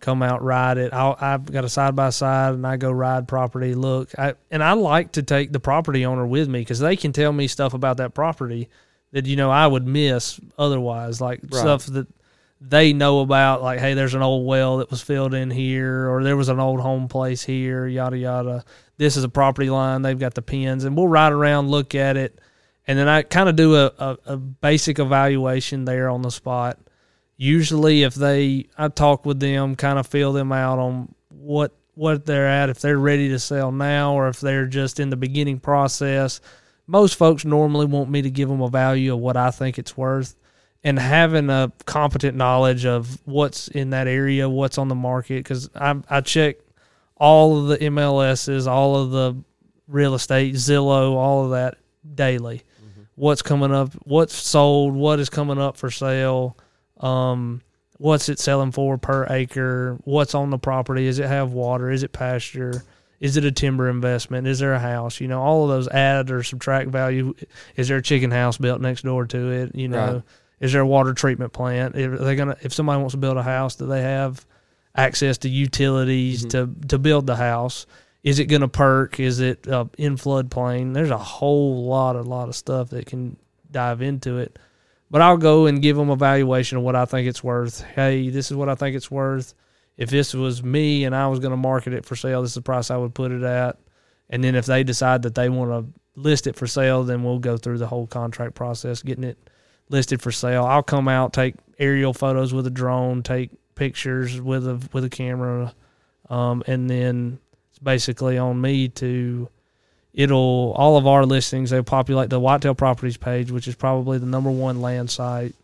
come out ride it. I'll, I've got a side by side, and I go ride property. Look, I and I like to take the property owner with me because they can tell me stuff about that property that you know I would miss otherwise, like Right. stuff that they know about, like hey, there's an old well that was filled in here, or there was an old home place here, yada yada. This is a property line. They've got the pins, and we'll ride around, look at it and then I kind of do a, a, a basic evaluation there on the spot. Usually, if they, I talk with them, kind of feel them out on what what they're at, if they're ready to sell now, or if they're just in the beginning process. Most folks normally want me to give them a value of what I think it's worth, and having a competent knowledge of what's in that area, what's on the market, because I I check all of the MLSs, all of the real estate, Zillow, all of that daily. What's coming up? What's sold? What is coming up for sale? Um, what's it selling for per acre? What's on the property? Does it have water? Is it pasture? Is it a timber investment? Is there a house? You know, all of those add or subtract value. Is there a chicken house built next door to it? You know, Right. is there a water treatment plant? If they gonna, if somebody wants to build a house, do they have access to utilities to to build the house? Is it going to perk? Is it uh, in floodplain? There's a whole lot, a lot of stuff that can dive into it. But I'll go and give them a valuation of what I think it's worth. Hey, this is what I think it's worth. If this was me and I was going to market it for sale, this is the price I would put it at. And then if they decide that they want to list it for sale, then we'll go through the whole contract process, getting it listed for sale. I'll come out, take aerial photos with a drone, take pictures with a with a camera, um, and then it's basically on me to. It'll all of our listings. They populate the Whitetail Properties page, which is probably the number one land site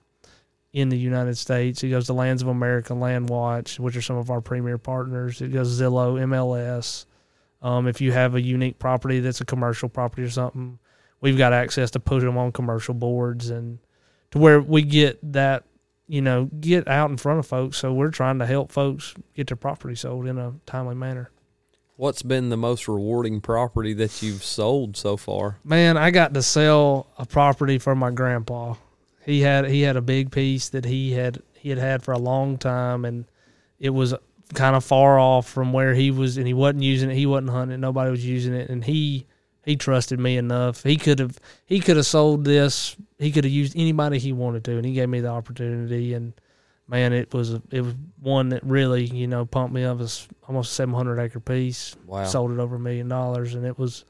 in the United States. It goes to Lands of America, Land Watch, which are some of our premier partners. It goes Zillow, MLS. Um, if you have a unique property that's a commercial property or something, we've got access to put them on commercial boards and to where we get that you know get out in front of folks so we're trying to help folks get their property sold in a timely manner What's been the most rewarding property that you've sold so far? Man, I got to sell a property for my grandpa. He had he had a big piece that he had he had had for a long time, and it was kind of far off from where he was, and he wasn't using it. He wasn't hunting. it, Nobody was using it, and he he trusted me enough. He could have he could have sold this. He could have used anybody he wanted to, and he gave me the opportunity. And man, it was a, it was one that really you know pumped me up. It's almost a seven hundred acre piece. Wow. Sold it over a million dollars, and it was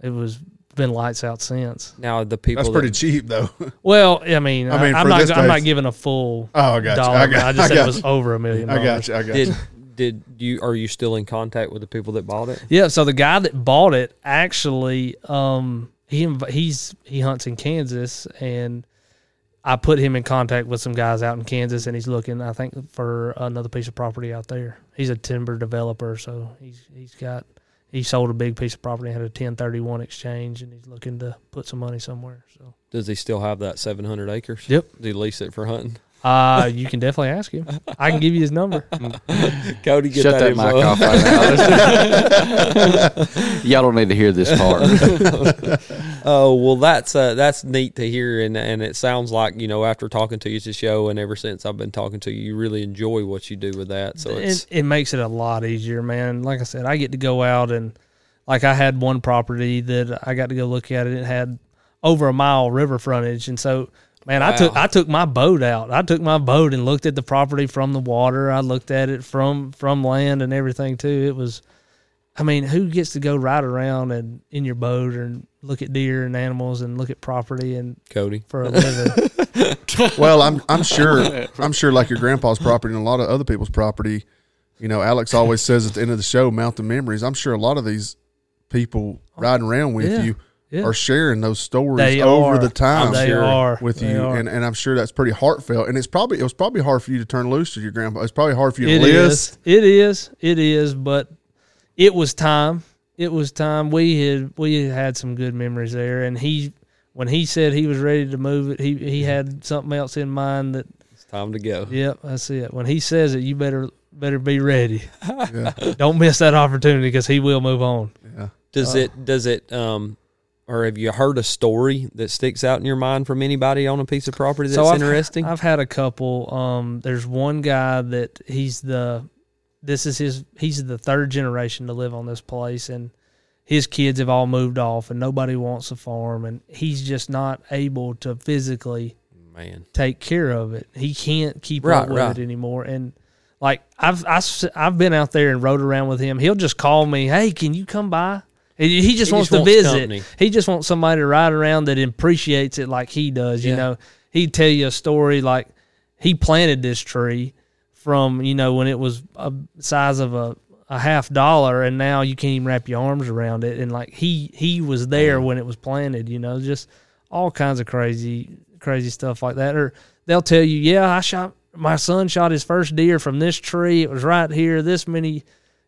it was been lights out since. now the people That's that- pretty cheap though. Well, I mean, I I mean, am for not this I'm not days- giving a full Oh, I got you. dollar. I amount. I, got. just I said got it was over a million. I got dollars. you. I got you. did did you are you still in contact with the people that bought it? Yeah. So the guy that bought it actually, um, he inv- he's he hunts in Kansas, and I put him in contact with some guys out in Kansas, and he's looking, I think, for another piece of property out there. He's a timber developer, so he's he's got he sold a big piece of property, had a 1031 exchange, and he's looking to put some money somewhere. So Does he still have that 700 acres? Yep. Did he lease it for hunting? uh, you can definitely ask him. I can give you his number. Cody, get Shut that, that, mic info. off right now. Y'all don't need to hear this part. Oh well, that's uh, that's neat to hear, and and it sounds like you know after talking to you at the show, and ever since I've been talking to you, you really enjoy what you do with that. So it's it, it makes it a lot easier, man. Like I said, I get to go out and like I had one property that I got to go look at it. It had over a mile river frontage, and so man, I took Wow. I took my boat out. I took my boat and looked at the property from the water. I looked at it from from land and everything too. It was, I mean, who gets to go ride around and in your boat and look at deer and animals and look at property and Cody. for a living? Well, I'm I'm sure I'm sure like your grandpa's property and a lot of other people's property. You know, Alex always says at the end of the show, "Mount the memories." I'm sure a lot of these people riding around with Yeah, you yeah. are sharing those stories They over are. the time They are. with They you, are. and and I'm sure that's pretty heartfelt. And it's probably it was probably hard for you to turn loose to your grandpa. It's probably hard for you to It list. is. It is. It is. But it was time. It was time. We had we had some good memories there, and he when he said he was ready to move it, he he had something else in mind that. It's time to go. Yep, that's it. When he says it, you better better be ready. Yeah. Don't miss that opportunity because he will move on. Does it does it um or have you heard a story that sticks out in your mind from anybody on a piece of property that's I've- interesting? I've had a couple. Um, there's one guy that he's the, this is his, he's the third generation to live on this place, and his kids have all moved off, and nobody wants a farm, and he's just not able to physically Man, take care of it. He can't keep Right, up with right. it anymore, and. Like I've I, have i have been out there and rode around with him. He'll just call me, "Hey, can you come by?" And He just He just wants to wants visit. company. He just wants somebody to ride around that appreciates it like he does. You Yeah. know, he'd tell you a story like he planted this tree from you know when it was a size of a, a half dollar, and now you can't even wrap your arms around it. And like he he was there when it was planted. You know, just all kinds of crazy crazy stuff like that. Or they'll tell you, yeah, I shot my son shot his first deer from this tree. It was right here. This many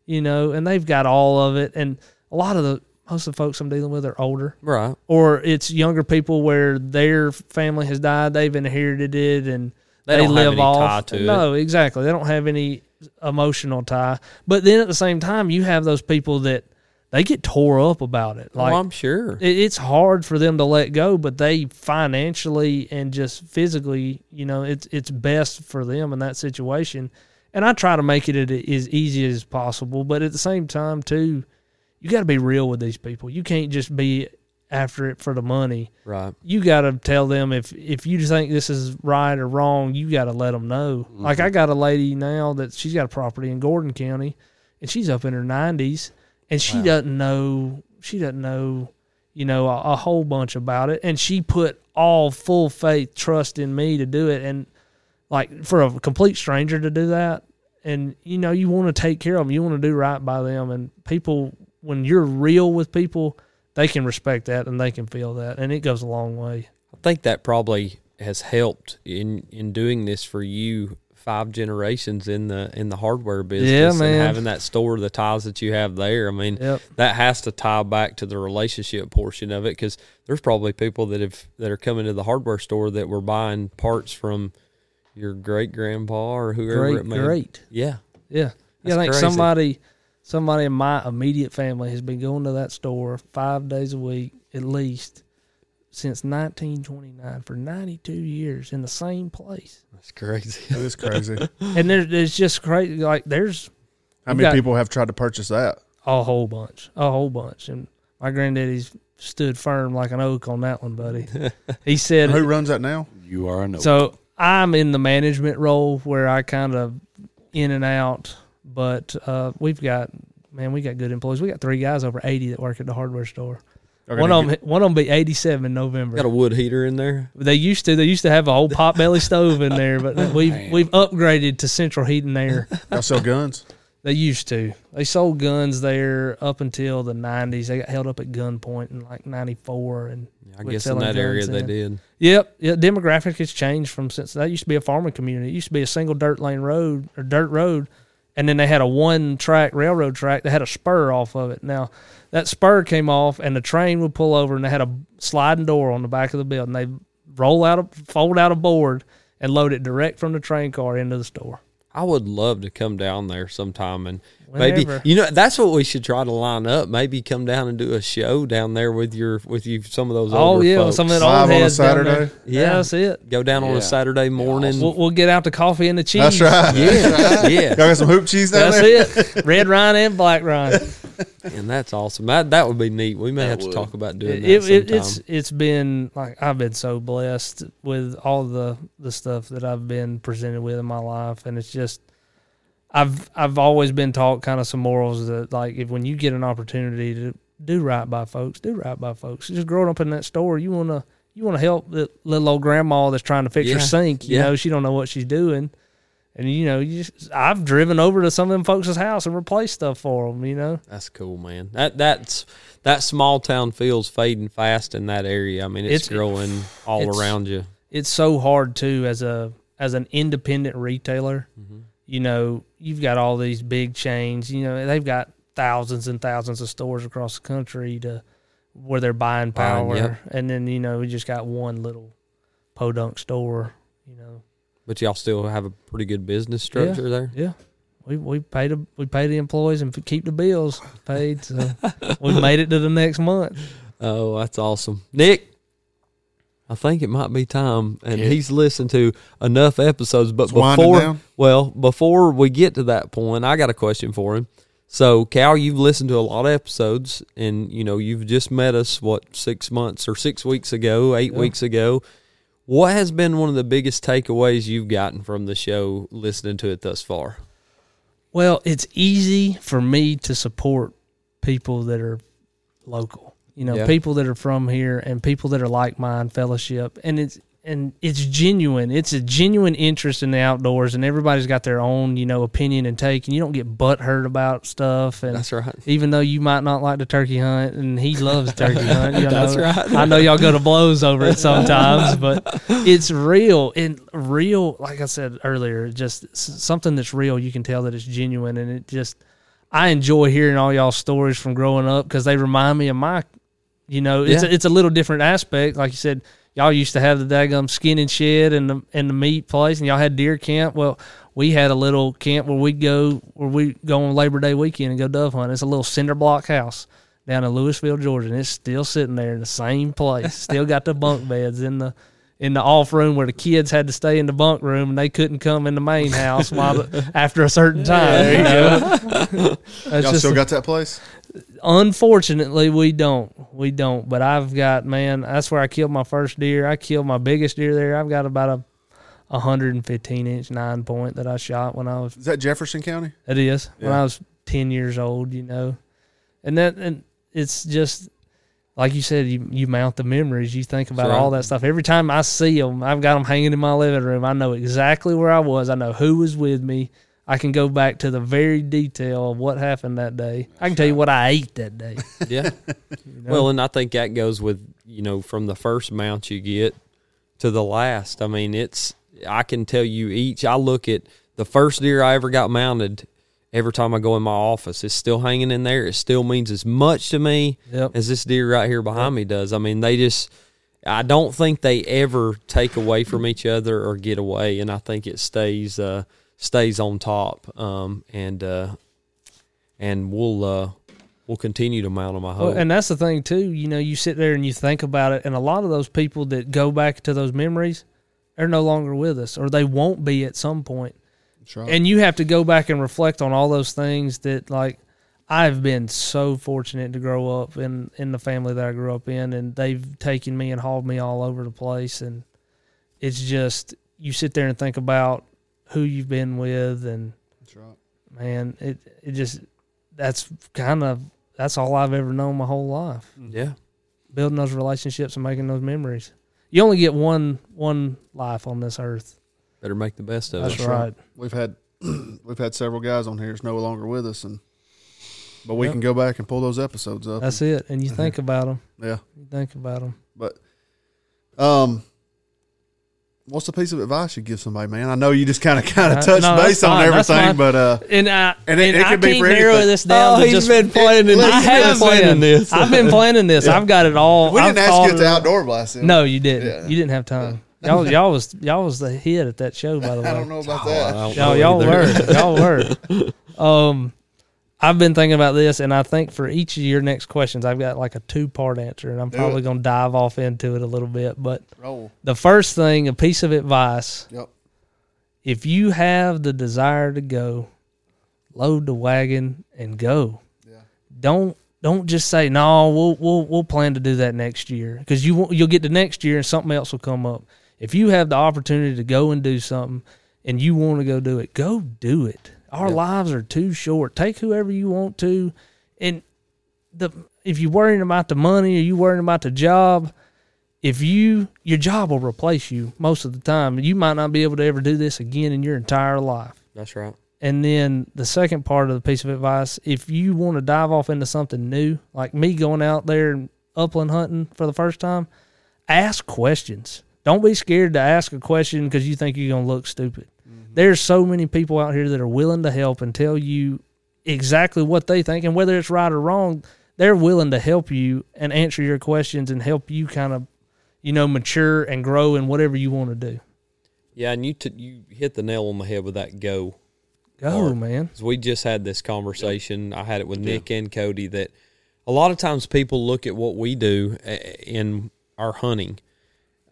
you know, and they've got all of it. And a lot of the most of the folks I'm dealing with are older, right? or it's younger people where their family has died, they've inherited it, and They they, don't have live any tie off. to it. no, exactly. They don't have any emotional tie. But then at the same time, you have those people that they get tore up about it. Like oh, I'm sure. it- it's hard for them to let go, but they financially and just physically, you know, it's it's best for them in that situation. And I try to make it a- as easy as possible, but at the same time too, you got to be real with these people. You can't just be after it for the money. right. You got to tell them if if you think this is right or wrong, you got to let them know. Like I got a lady now that she's got a property in Gordon County, and she's up in her nineties, and she doesn't know she doesn't know you know a, a whole bunch about it, and she put all full faith trust in me to do it, and like for a complete stranger to do that, and you know you want to take care of them, you want to do right by them, and people when you're real with people. They can respect that and they can feel that, and it goes a long way. I think that probably has helped in in doing this for you five generations in the in the hardware business Yeah, and man. having that store the ties that you have there i mean Yep. that has to tie back to the relationship portion of it because there's probably people that have that are coming to the hardware store that were buying parts from your great grandpa or whoever Great, it may great. yeah Yeah. yeah, I That's think crazy. somebody somebody in my immediate family has been going to that store five days a week at least since 1929 for 92 years in the same place. That's crazy. That is crazy. And there's it's just crazy. Like there's How You many got- people have tried to purchase that? a whole bunch, a whole bunch. And my granddaddy's stood firm like an oak on that one, buddy. he said, And who runs that now? You are a no. So I'm in the management role where I kind of in and out, but uh, we've got man, we got good employees. We got three guys over 80 that work at the hardware store. Okay, One now of them, one of them be 87 in November. Got a wood heater in there. they used to, they used to have a whole potbelly stove in there, but Oh, we've Man. we've upgraded to central heat and air. Y'all sell guns. They used to. They sold guns there up until the 90s. They got held up at gunpoint in like 94 and I We're guess in selling that area guns they in. did. Yep. Yeah, demographic has changed from since that used to be a farming community. It used to be a single dirt lane road or dirt road, and then they had a one track railroad track that had a spur off of it. Now that spur came off, and the train would pull over, and they had a sliding door on the back of the building. They roll out, a, fold out a board, and load it direct from the train car into the store. I would love to come down there sometime and Whenever. maybe you know that's what we should try to line up. Maybe come down and do a show down there with your with you some of those Oh older yeah, folks. some of that Live on old a heads down Saturday? there. Yeah, Yeah. that's it. go down on Yeah. a Saturday morning. We'll, we'll get out the coffee and the cheese. That's right. yeah, Y'all yeah, got some hoop cheese down That's there? it. Red Rhine and Black Rhine. and that's awesome. That that would be neat. We may That have to would. talk about doing it, that it, sometime. it- it's it's been like I've been so blessed with all the the stuff that I've been presented with in my life, and it's just I've I've always been taught kind of some morals that like if when you get an opportunity to do right by folks, do right by folks. Just growing up in that store, you wanna you wanna help the little old grandma that's trying to fix Yeah. her sink. You Yeah. know she don't know what she's doing. And you know, you just, I've driven over to some of them folks' house and replaced stuff for them. You know, That's cool, man. That that's that small town feels fading fast in that area. I mean, it's, It's- growing all it's- around you. it's so hard too as a as an independent retailer. Mm-hmm. You know, you've got all these big chains. You know, they've got thousands and thousands of stores across the country to where they're buying Buying, power, yep. and then you know we just got one little podunk store. You know, But y'all still have a pretty good business structure there. yeah. We, we pay the we pay the employees and keep the bills paid. So we made it to the next month. Oh, that's awesome, Nick. I think it might be time, and he's listened to enough episodes. But It's winding before, down. well, before we get to that point, I got a question for him. So, Cal, you've listened to a lot of episodes, and you know you've just met us what six months or six weeks ago, eight weeks ago. What has been one of the biggest takeaways you've gotten from the show listening to it thus far? Well, it's easy for me to support people that are local. You know, Yeah. people that are from here and people that are like mine, fellowship, and it's and it's genuine. It's a genuine interest in the outdoors, and everybody's got their own you know opinion and take, and you don't get butt hurt about stuff. And That's right. even though you might not like the turkey hunt, and he loves turkey hunt. you That's know. right. I know y'all go to blows over it sometimes, but it's real and real. Like I said earlier, just s- something that's real. You can tell that it's genuine, and it just I enjoy hearing all y'all stories from growing up because they remind me of my. You know, it's Yeah. a, it's a little different aspect. Like you said, y'all used to have the daggum skin and shed and the and the meat place, and y'all had deer camp. Well, we had a little camp where we'd go where we go on Labor Day weekend and go dove hunt. It's a little cinder block house down in Louisville, Georgia, and it's still sitting there in the same place. Still got the bunk beds in the in the off room where the kids had to stay in the bunk room and they couldn't come in the main house while the, after a certain time. you know? That's Y'all just still got that place? unfortunately we don't we don't but i've got man that's where i killed my first deer i killed my biggest deer there i've got about a 115 inch nine point that i shot when i was Is that Jefferson County? it is when Yeah. i was 10 years old you know and that and it's just like you said you, you mount the memories you think about Sure. all that stuff every time i see them i've got them hanging in my living room i know exactly where i was i know who was with me i can go back to the very detail of what happened that day i can tell you what i ate that day Yeah. Well, and I think that goes with, you know, from the first mount you get to the last. I mean, it's, I can tell you each, I look at the first deer I ever got mounted. Every time I go in my office, it's still hanging in there. It still means as much to me Yep. as this deer right here behind me does. I mean, they just, I don't think they ever take away from each other or get away, and I think it stays uh, stays on top. Um, and uh, and we'll uh, we'll continue to mount them. I hope. Well, and that's the thing too. You know, you sit there and you think about it, and a lot of those people that go back to those memories, they're no longer with us, or they won't be at some point. That's right. And you have to go back and reflect on all those things that, like, I've been so fortunate to grow up in in the family that I grew up in, and they've taken me and hauled me all over the place, and it's just you sit there and think about who you've been with and That's right. man it it just that's kind of that's all I've ever known my whole life yeah, building those relationships and making those memories. You only get one one life on this earth. better make the best of That's it. That's right. right. We've had we've had several guys on here that's no longer with us, and but we Yep. can go back and pull those episodes up. That's it. And you Mhm. think about them. yeah. You think about them. But um, what's the piece of advice you give somebody, man? I know you just kind of kind Uh, of touched no, that's base on fine, that's everything, fine. but uh, And I And it- and it I could be can't for narrow anything. this down. Oh, to he's just, been planning this. I He's been have planning been. this. I've been planning this. I've got it all. we didn't I've ask thought you at it the out. outdoor blast. did we? No, you didn't. Yeah. You didn't have time. Y'all, y'all was y'all was the hit at that show. By the way, I don't know about Oh, I that. don't y'all, know y'all either. were, y'all were. Um, I've been thinking about this, and I think for each of your next questions, I've got like a two-part answer, and I'm Do probably it. gonna dive off into it a little bit. But Roll. the first thing, a piece of advice: Yep. if you have the desire to go, load the wagon and go. Yeah. Don't don't just say no. We'll we'll we'll plan to do that next year because you won't, you'll get to next year and something else will come up. If you have the opportunity to go and do something and you want to go do it, go do it. Our Yeah. lives are too short. Take whoever you want to, and the if you're worrying about the money or you worrying about the job, if you your job will replace you most of the time. You might not be able to ever do this again in your entire life. That's right. And then the second part of the piece of advice, if you want to dive off into something new, like me going out there and upland hunting for the first time, ask questions. Don't be scared to ask a question because you think you're going to look stupid. There's so many people out here that are willing to help and tell you exactly what they think and whether it's right or wrong, they're willing to help you and answer your questions and help you kind of, you know, mature and grow in whatever you want to do. Yeah, and you t- you hit the nail on the head with that go. Go, Or- man. 'Cause we just had this conversation. I had it with Nick and Cody that a lot of times people look at what we do uh, in our hunting.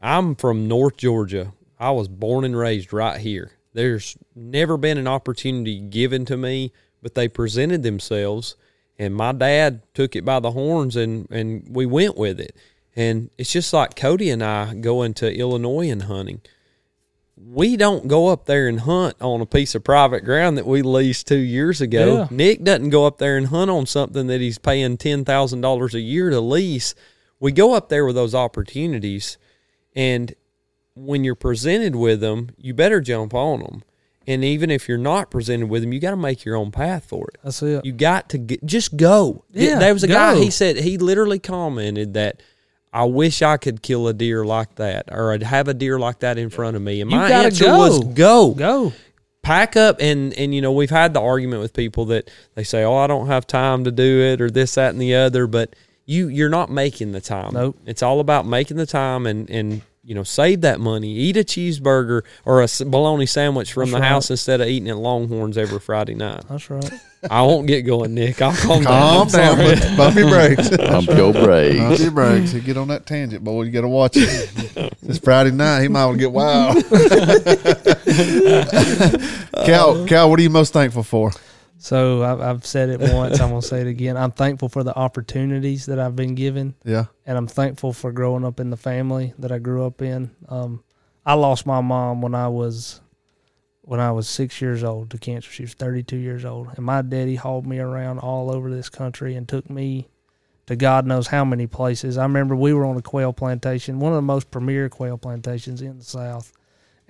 I'm from North Georgia. I was born and raised right here. There's never been an opportunity given to me, but they presented themselves, and my dad took it by the horns, and and we went with it. And it's just like Cody and I going to Illinois and hunting we don't go up there and hunt on a piece of private ground that we leased two years ago. Yeah. Nick doesn't go up there and hunt on something that he's paying ten thousand dollars a year to lease. We go up there with those opportunities, and when you're presented with them, you better jump on them. And even if you're not presented with them, you got to make your own path for it. That's it. You got to get, just go. Yeah, there was a guy. go. He said he literally commented that. I wish I could kill a deer like that, or I'd have a deer like that in front of me. And You my gotta answer go. was go, Go. pack up, and and you know we've had the argument with people that they say, oh, I don't have time to do it, or this, that, and the other. But you you're not making the time. Nope. It's all about making the time and and you know save that money, eat a cheeseburger or a s- bologna sandwich from That's the right. house instead of eating at Longhorns every Friday night. That's right. I won't get going, Nick. I'll calm down. Calm down, but bump your brakes. Pump your Uh-huh. Bump brakes. your brakes. You get on that tangent, boy. You got to watch it. It's Friday night. He might want to get wild. Cal, Cal, what are you most thankful for? So I've, I've said it once. I'm gonna say it again. I'm thankful for the opportunities that I've been given, Yeah. and I'm thankful for growing up in the family that I grew up in. Um, I lost my mom when I was when I was six years old to cancer. She was 32 years old, and my daddy hauled me around all over this country and took me to God knows how many places. I remember we were on a quail plantation, one of the most premier quail plantations in the South.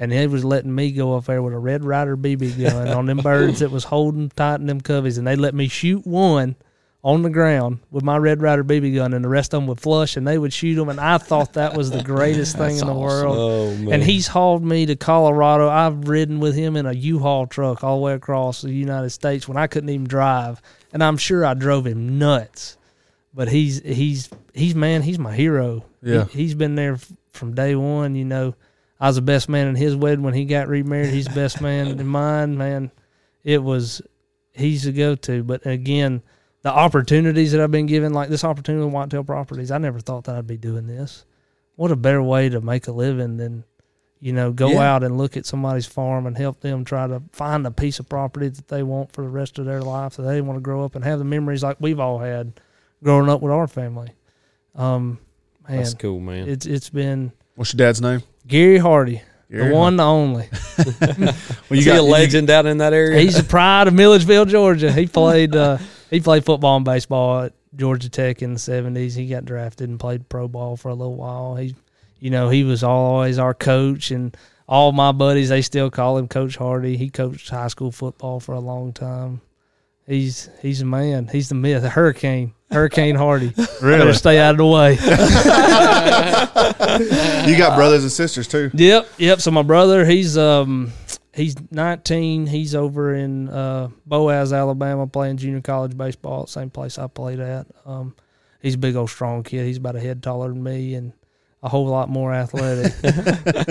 And he was letting me go up there with a Red Rider BB gun on them birds that was holding tight in them coveys. And they let me shoot one on the ground with my Red Rider BB gun, and the rest of them would flush and they would shoot them. And I thought that was the greatest thing in the world. Oh man. And he's hauled me to Colorado. I've ridden with him in a U-Haul truck all the way across the United States when I couldn't even drive, and I'm sure I drove him nuts. But he's he's he's man, he's my hero. Yeah. he, has been there f- from day one. You know, I was the best man in his wedding when he got remarried. He's the best man in mine. Man, it was he's the go to. But again, the opportunities that I've been given, like this opportunity with Whitetail Properties, I never thought that I'd be doing this. What a better way to make a living than, you know, go Yeah. out and look at somebody's farm and help them try to find a piece of property that they want for the rest of their life that they want to grow up and have the memories like we've all had growing up with our family. Um, man, That's cool, man. it's it's been What's your dad's name? Gary Hardy, Gary the one, the only. Well, Is he a legend out in that area? He's the pride of Milledgeville, Georgia. He played uh, he played football and baseball at Georgia Tech in the seventies. He got drafted and played pro ball for a little while. He, you know, he was always our coach, and all my buddies they still call him Coach Hardy. He coached high school football for a long time. He's he's a man. He's the myth, the hurricane, Hurricane Hardy. Better stay out of the way. You got brothers and sisters too. Yep, yep. So my brother, he's um he's 19. He's over in uh, Boaz, Alabama, playing junior college baseball, same place I played at. Um, he's a big old strong kid. He's about a head taller than me and a whole lot more athletic.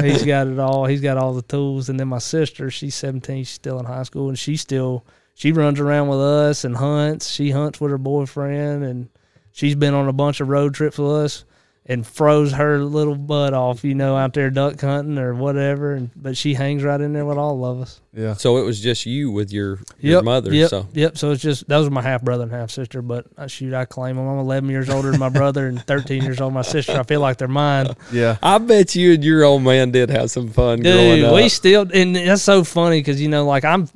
he's got it all. He's got all the tools. And then my sister, she's 17. She's still in high school, and she still she runs around with us and hunts. She hunts with her boyfriend, and she's been on a bunch of road trips with us and froze her little butt off, you know, out there duck hunting or whatever. And, but she hangs right in there with all of us. Yeah. So it was just you with your, your mother. Yep. So Yep. So it's just those are my half brother and half sister. But uh, shoot, I claim them. I'm 11 years older than my brother and 13 years older than my sister. I feel like they're mine. Yeah. I bet you and your old man did have some fun growing Dude, up. we still and that's so funny because you know, like I'm,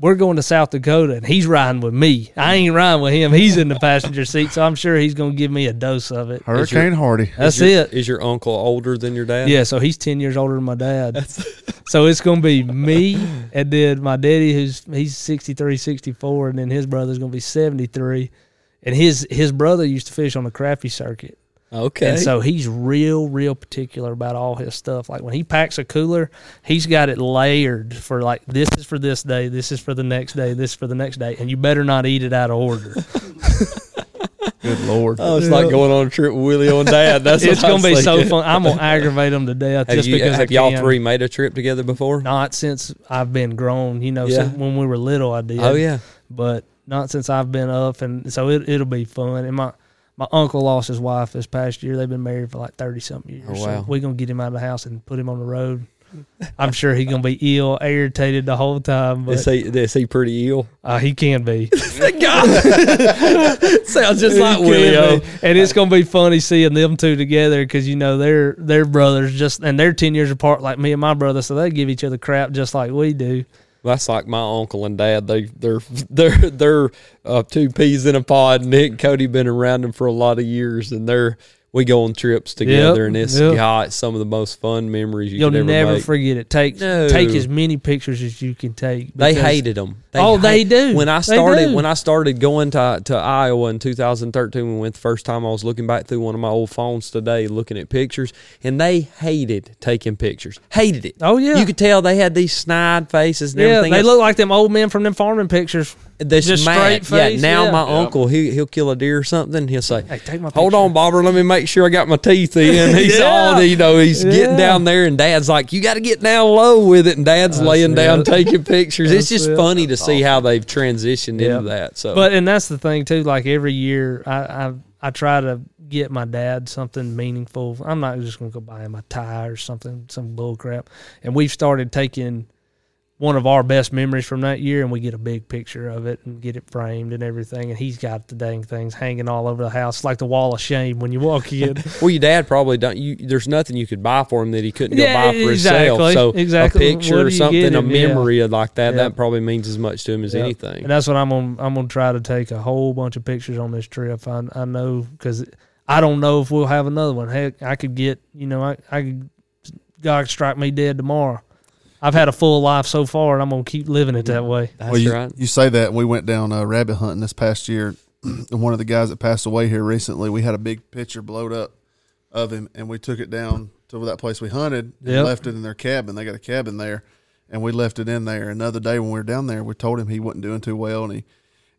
we're going to South Dakota and he's riding with me. I ain't riding with him. He's in the passenger seat, so I'm sure he's gonna give me a dose of it. Hurricane Hardy. That's Is your- it. Is your uncle older than your dad? Yeah, so he's ten years older than my dad. so it's gonna be me and then my daddy who's he's 63, 64, and then his brother's gonna be seventy three. And his his brother used to fish on the crappie circuit. Okay. And so he's real, real particular about all his stuff. Like when he packs a cooler, he's got it layered for like this is for this day, this is for the next day, this is for the next day, and you better not eat it out of order. Good lord. oh, it's like going on a trip with Willie and Dad. That's it's what I'm gonna be so thinking. fun. I'm gonna aggravate him to death Have, just you, because I have y'all can. three made a trip together before? Not since I've been grown, you know. Yeah. Since when we were little, I did. Oh yeah. but not since I've been up, and so it, it'll be fun. And my my uncle lost his wife this past year. They've been married for like thirty something years. Oh, wow. So we're gonna get him out of the house and put him on the road. I'm sure he's gonna be ill, irritated the whole time, Is but he, is he pretty ill? uh, he can be. Sounds just like It can Willie. be. And it's gonna be funny seeing them two together because you know they're they're brothers, just and they're ten years apart, like me and my brother. So they give each other crap just like we do. That's like my uncle and dad. They they're they're they're uh, two peas in a pod. Nick and Cody been around them for a lot of years, and they're we go on trips together, and it's yep. got some of the most fun memories you You'll could ever never make. forget it. Take No. take as many pictures as you can take. They because- hated them. Oh, they do. When I They started, do. when I started going to to Iowa in 2013, when we went the first time, I was looking back through one of my old phones today, looking at pictures, and they hated taking pictures. Hated it. Oh yeah, You could tell they had these snide faces and Yeah, everything. they else. look like them old men from them farming pictures. This Just mad. straight Yeah, face, now yeah. my Yeah. uncle he he'll kill a deer or something. He'll say, Hey, take my "Hold picture." on, Bobber, let me make sure I got my teeth in." He's Yeah. all you know. He's getting Yeah. down there, and Dad's like, "You got to get down low with it." And Dad's That's laying down it. taking pictures. it's That's just it. funny to see how they've transitioned Yeah. into that. So, But and that's the thing too. Like every year, I, I I try to get my dad something meaningful. I'm not just gonna go buy him a tie or something, some bull crap. And we've started taking one of our best memories from that year, and we get a big picture of it and get it framed and everything. And he's got the dang things hanging all over the house, It's like the wall of shame when you walk in. well, your dad probably don't. You, there's nothing you could buy for him that he couldn't go Yeah, buy for himself. exactly, So, exactly. a What picture do or you something, get a him? Yeah. memory like that, Yeah. that probably means as much to him as Yep. anything. And that's what I'm gonna I'm gonna try to take a whole bunch of pictures on this trip. I I know because I don't know if we'll have another one. Heck, I could get you know I I could God could strike me dead tomorrow. I've had a full life so far, and I'm gonna keep living it that way. That's well, you, right. you say that we went down uh, rabbit hunting this past year, and one of the guys that passed away here recently, we had a big picture blowed up of him, and we took it down to that place we hunted and Yep. left it in their cabin. They got a cabin there, and we left it in there. Another day when we were down there, we told him he wasn't doing too well, and he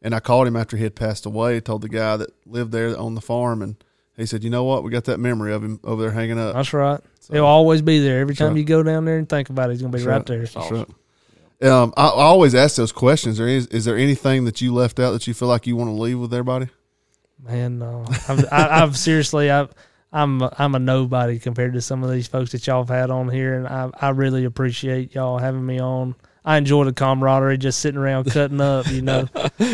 and I called him after he had passed away. Told the guy that lived there on the farm, and he said, "You know what? We got that memory of him over there hanging up." That's right. So- It'll always be there. Every time right. you go down there and think about it, he's gonna be That's right, right. there. That's right. Um, I, I always ask those questions. There is, is there anything that you left out that you feel like you want to leave with everybody? Man, no. I've, I, I've seriously, I've, I'm I'm a nobody compared to some of these folks that y'all have had on here, and I I really appreciate y'all having me on. I enjoy the camaraderie, just sitting around cutting up. You know,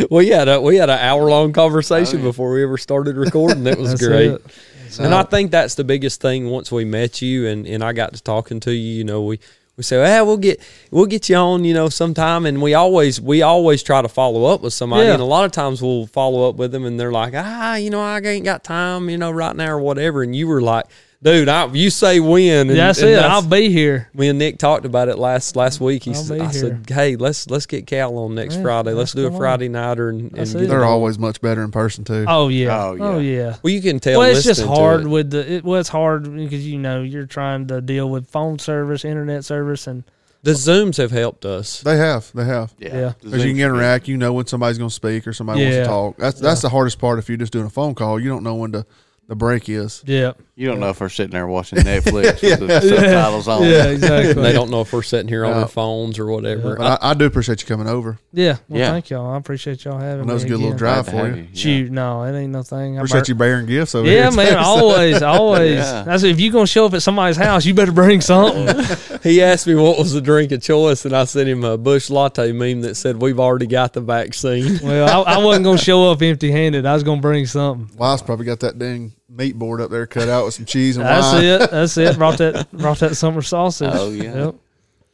We had a we had an hour long conversation Oh, yeah. before we ever started recording. It was That's great. it. So- And I think that's the biggest thing. Once we met you and, and I got to talking to you, you know, we we say, "Ah, we'll get we'll get you on, you know, sometime." And we always we always try to follow up with somebody. Yeah. And a lot of times we'll follow up with them, and they're like, "Ah, you know, I ain't got time, you know, right now or whatever." And you were like, "Dude, I, you say when?" And, Yeah, that's and it. I'll be here. me and Nick talked about it last last week. He I'll said, be "I here. said, hey, let's let's get Cal on next Yeah, Friday. Let's let's do a come on. Friday nighter and, and That's get it. it They're on." always much better in person too. Oh yeah. Oh, Oh yeah. yeah. Well, you can tell. Well, it's just listening to hard it. with the. It, well, it's hard because you know you're trying to deal with phone service, internet service, and The Zooms have helped us. They have, they have. Yeah. Because you can interact, you know when somebody's going to speak or somebody wants Yeah. to talk. That's that's the hardest part. If you're just doing a phone call, you don't know when the, the break is. yeah, You don't know if we're sitting there watching Netflix with the subtitles on. And exactly. they don't know if we're sitting here on Yeah. our phones or whatever. I- But I, I do appreciate you coming over. Yeah. Well, Yeah. thank y'all. I appreciate y'all having I me. know it's a good little again. drive Glad to for have you. Yeah. Shoot, no, it ain't no thing. I Appreciate you bearing gifts over Yeah, here. man, always, always. Yeah. That's if you gonna show up at somebody's house, you better bring something. he asked me what was the drink of choice, and I sent him a Bush Latte meme that said, "We've already got the vaccine." well, I, I wasn't gonna show up empty handed. I was gonna bring something. Wise probably got that dang meat board up there cut out with some cheese and That's wine. it. That's it. Brought that brought that summer sausage. Oh, yeah. Yep.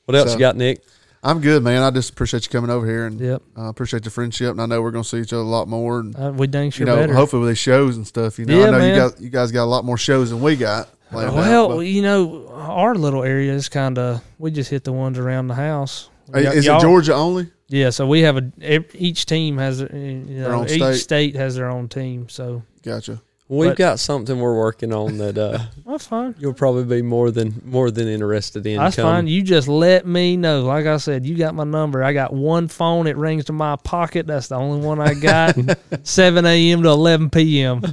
What else So- you got, Nick? I'm good, man. I just appreciate you coming over here and Yep. uh, appreciate the friendship. And I know we're going to see each other a lot more. And, Uh, we dang you sure know, better. hopefully with these shows and stuff. You know, Yeah, I know you man. Oh, guys, you guys got a lot more shows than we got. planned out, well, but- you know, our little area is kind of we just hit the ones around the house. Hey, Y- is it y'all- Georgia only? Yeah, so we have a ev- each team has their- you know, own each state. state. has their own team. So Gotcha. We've But- got something we're working on that uh, that's fine. you'll probably be more than more than interested in. That's come- fine. You just let me know. Like I said, you got my number. I got one phone. It rings to my pocket. That's the only one I got. 7 a.m. to 11 p.m. Yeah,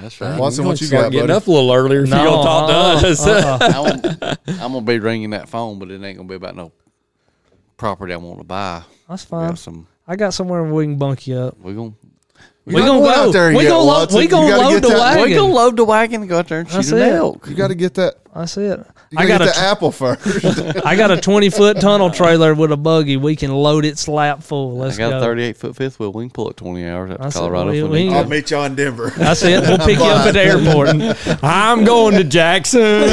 that's right. Watson, You're gonna what you start got, Getting buddy? up a little earlier if you're gonna talk to us. uh-uh. I'm, I'm gonna be ringing that phone, but it ain't gonna be about no property I want to buy. That's We fine. got some. I got somewhere we can bunk you up. We gonna We gonna We're not go. there We yet, gonna lo- Watson. we You gonna gotta load get the that- wagon. we gonna load the wagon and go out there and That's shoot an it. elk. You got to get that. That's it. You I gotta got get a the apple first. tw- I got a 20 foot tunnel trailer with a buggy. We can load it slap full. Let's I got go. a 38 foot fifth wheel. We can pull it 20 hours out to That's it. Colorado. We- if we we need ain't to. got- meet y'all in Denver. That's it. We'll pick you up at the airport. I'm going to Jackson.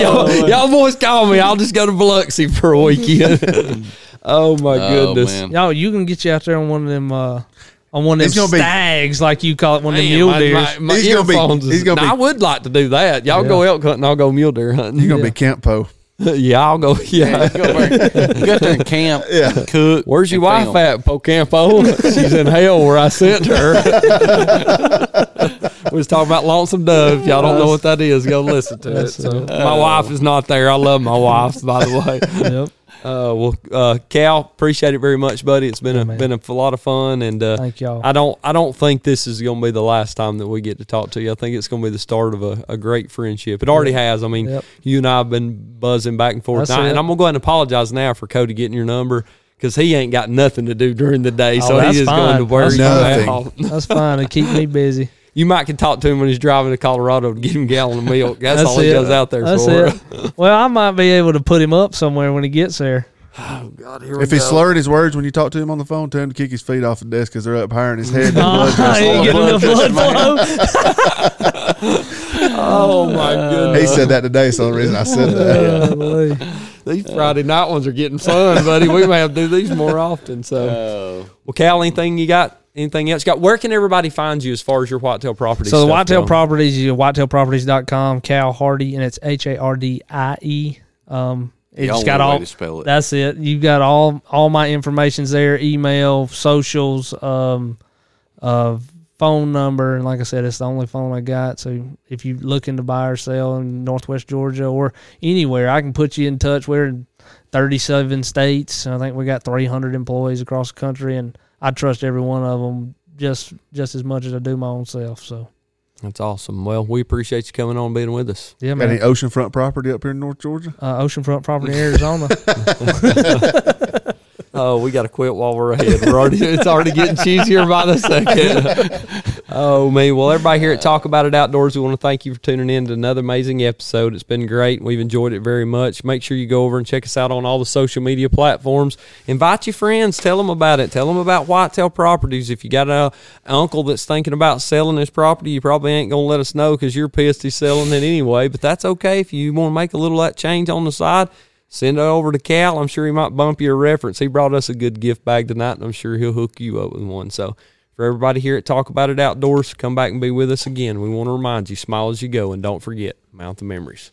y'all, y'all boys call me. I'll just go to Biloxi for a weekend. oh my Oh, goodness. man. Y'all, you can get you out there on one of them. Uh, on one of It's them gonna be- stags, like you call it, one of them Man, mule my- deers. my- my He's gonna be- earphones is- he's gonna Now, be- I would like to do that. Y'all go elk hunting. I'll go mule deer hunting. You're going to be Campo. yeah, I'll go. Yeah. Go out there- go out there and camp, cook. Where's your and wife film. at, Pocampo? She's in hell where I sent her. we was talking about Lonesome Dove. If Y'all don't know what that is. Go listen to it. That's So, it. my wife is not there. I love my wife, by the way. yep. Uh, well, uh, Cal, appreciate it very much, buddy. It's been a man. been a f- lot of fun, and uh, Thank y'all. I don't I don't think this is going to be the last time that we get to talk to you. I think it's going to be the start of a, a great friendship. It already has. I mean, Yep. you and I have been buzzing back and forth, That's and, I, it. and I'm going to go ahead and apologize now for Cody getting your number because he ain't got nothing to do during the day, so Oh, that's he is going fine. to work. That's fine. out. That's fine. It keep me busy. You might can talk to him when he's driving to Colorado to get him a gallon of milk. That's, That's all he it. goes out there That's for. it. Well, I might be able to put him up somewhere when he gets there. Oh, God, here we If he go. slurred his words when you talk to him on the phone, tell him to kick his feet off the desk because they're up higher in his head. I Uh, ain't getting enough blood flow. oh my Uh, goodness. he said that today, so the reason I said that. Golly. These Friday night ones are getting fun, buddy. We may have to do these more often. So, well, Cal, anything you got? Anything else? you got? Where can everybody find you as far as your whitetail property? So the stuff Whitetail goes? Properties, you whitetailproperties.com, Cal Hardy, and it's H A R D I E. Um, it Y'all just got got all. to spell it. That's it. You've got all all my information's there: email, socials, um, uh, phone number, and like I said, it's the only phone I got. So if you looking to buy or sell in Northwest Georgia or anywhere, I can put you in touch. We're in thirty seven states. I think we got three hundred employees across the country, and I trust every one of them just just as much as I do my own self. So That's awesome. Well, we appreciate you coming on and being with us. Yeah, Got any uh, man. oceanfront property up here in North Georgia? Uh, oceanfront property, Arizona. Oh, we got to quit while we're ahead. We're already, it's already getting cheesier by the second. oh, man. Well, everybody here at Talk About It Outdoors, we want to thank you for tuning in to another amazing episode. It's been great. We've enjoyed it very much. Make sure you go over and check us out on all the social media platforms. Invite your friends. Tell them about it. Tell them about Whitetail Properties. If you got a uncle that's thinking about selling his property, you probably ain't going to let us know because you're pissed he's selling it anyway. But that's okay if you want to make a little of that change on the side. Send it over to Cal. I'm sure he might bump you a reference. He brought us a good gift bag tonight, and I'm sure he'll hook you up with one. So, for everybody here at Talk About It Outdoors, come back and be with us again. We want to remind you smile as you go, and don't forget, mount the memories.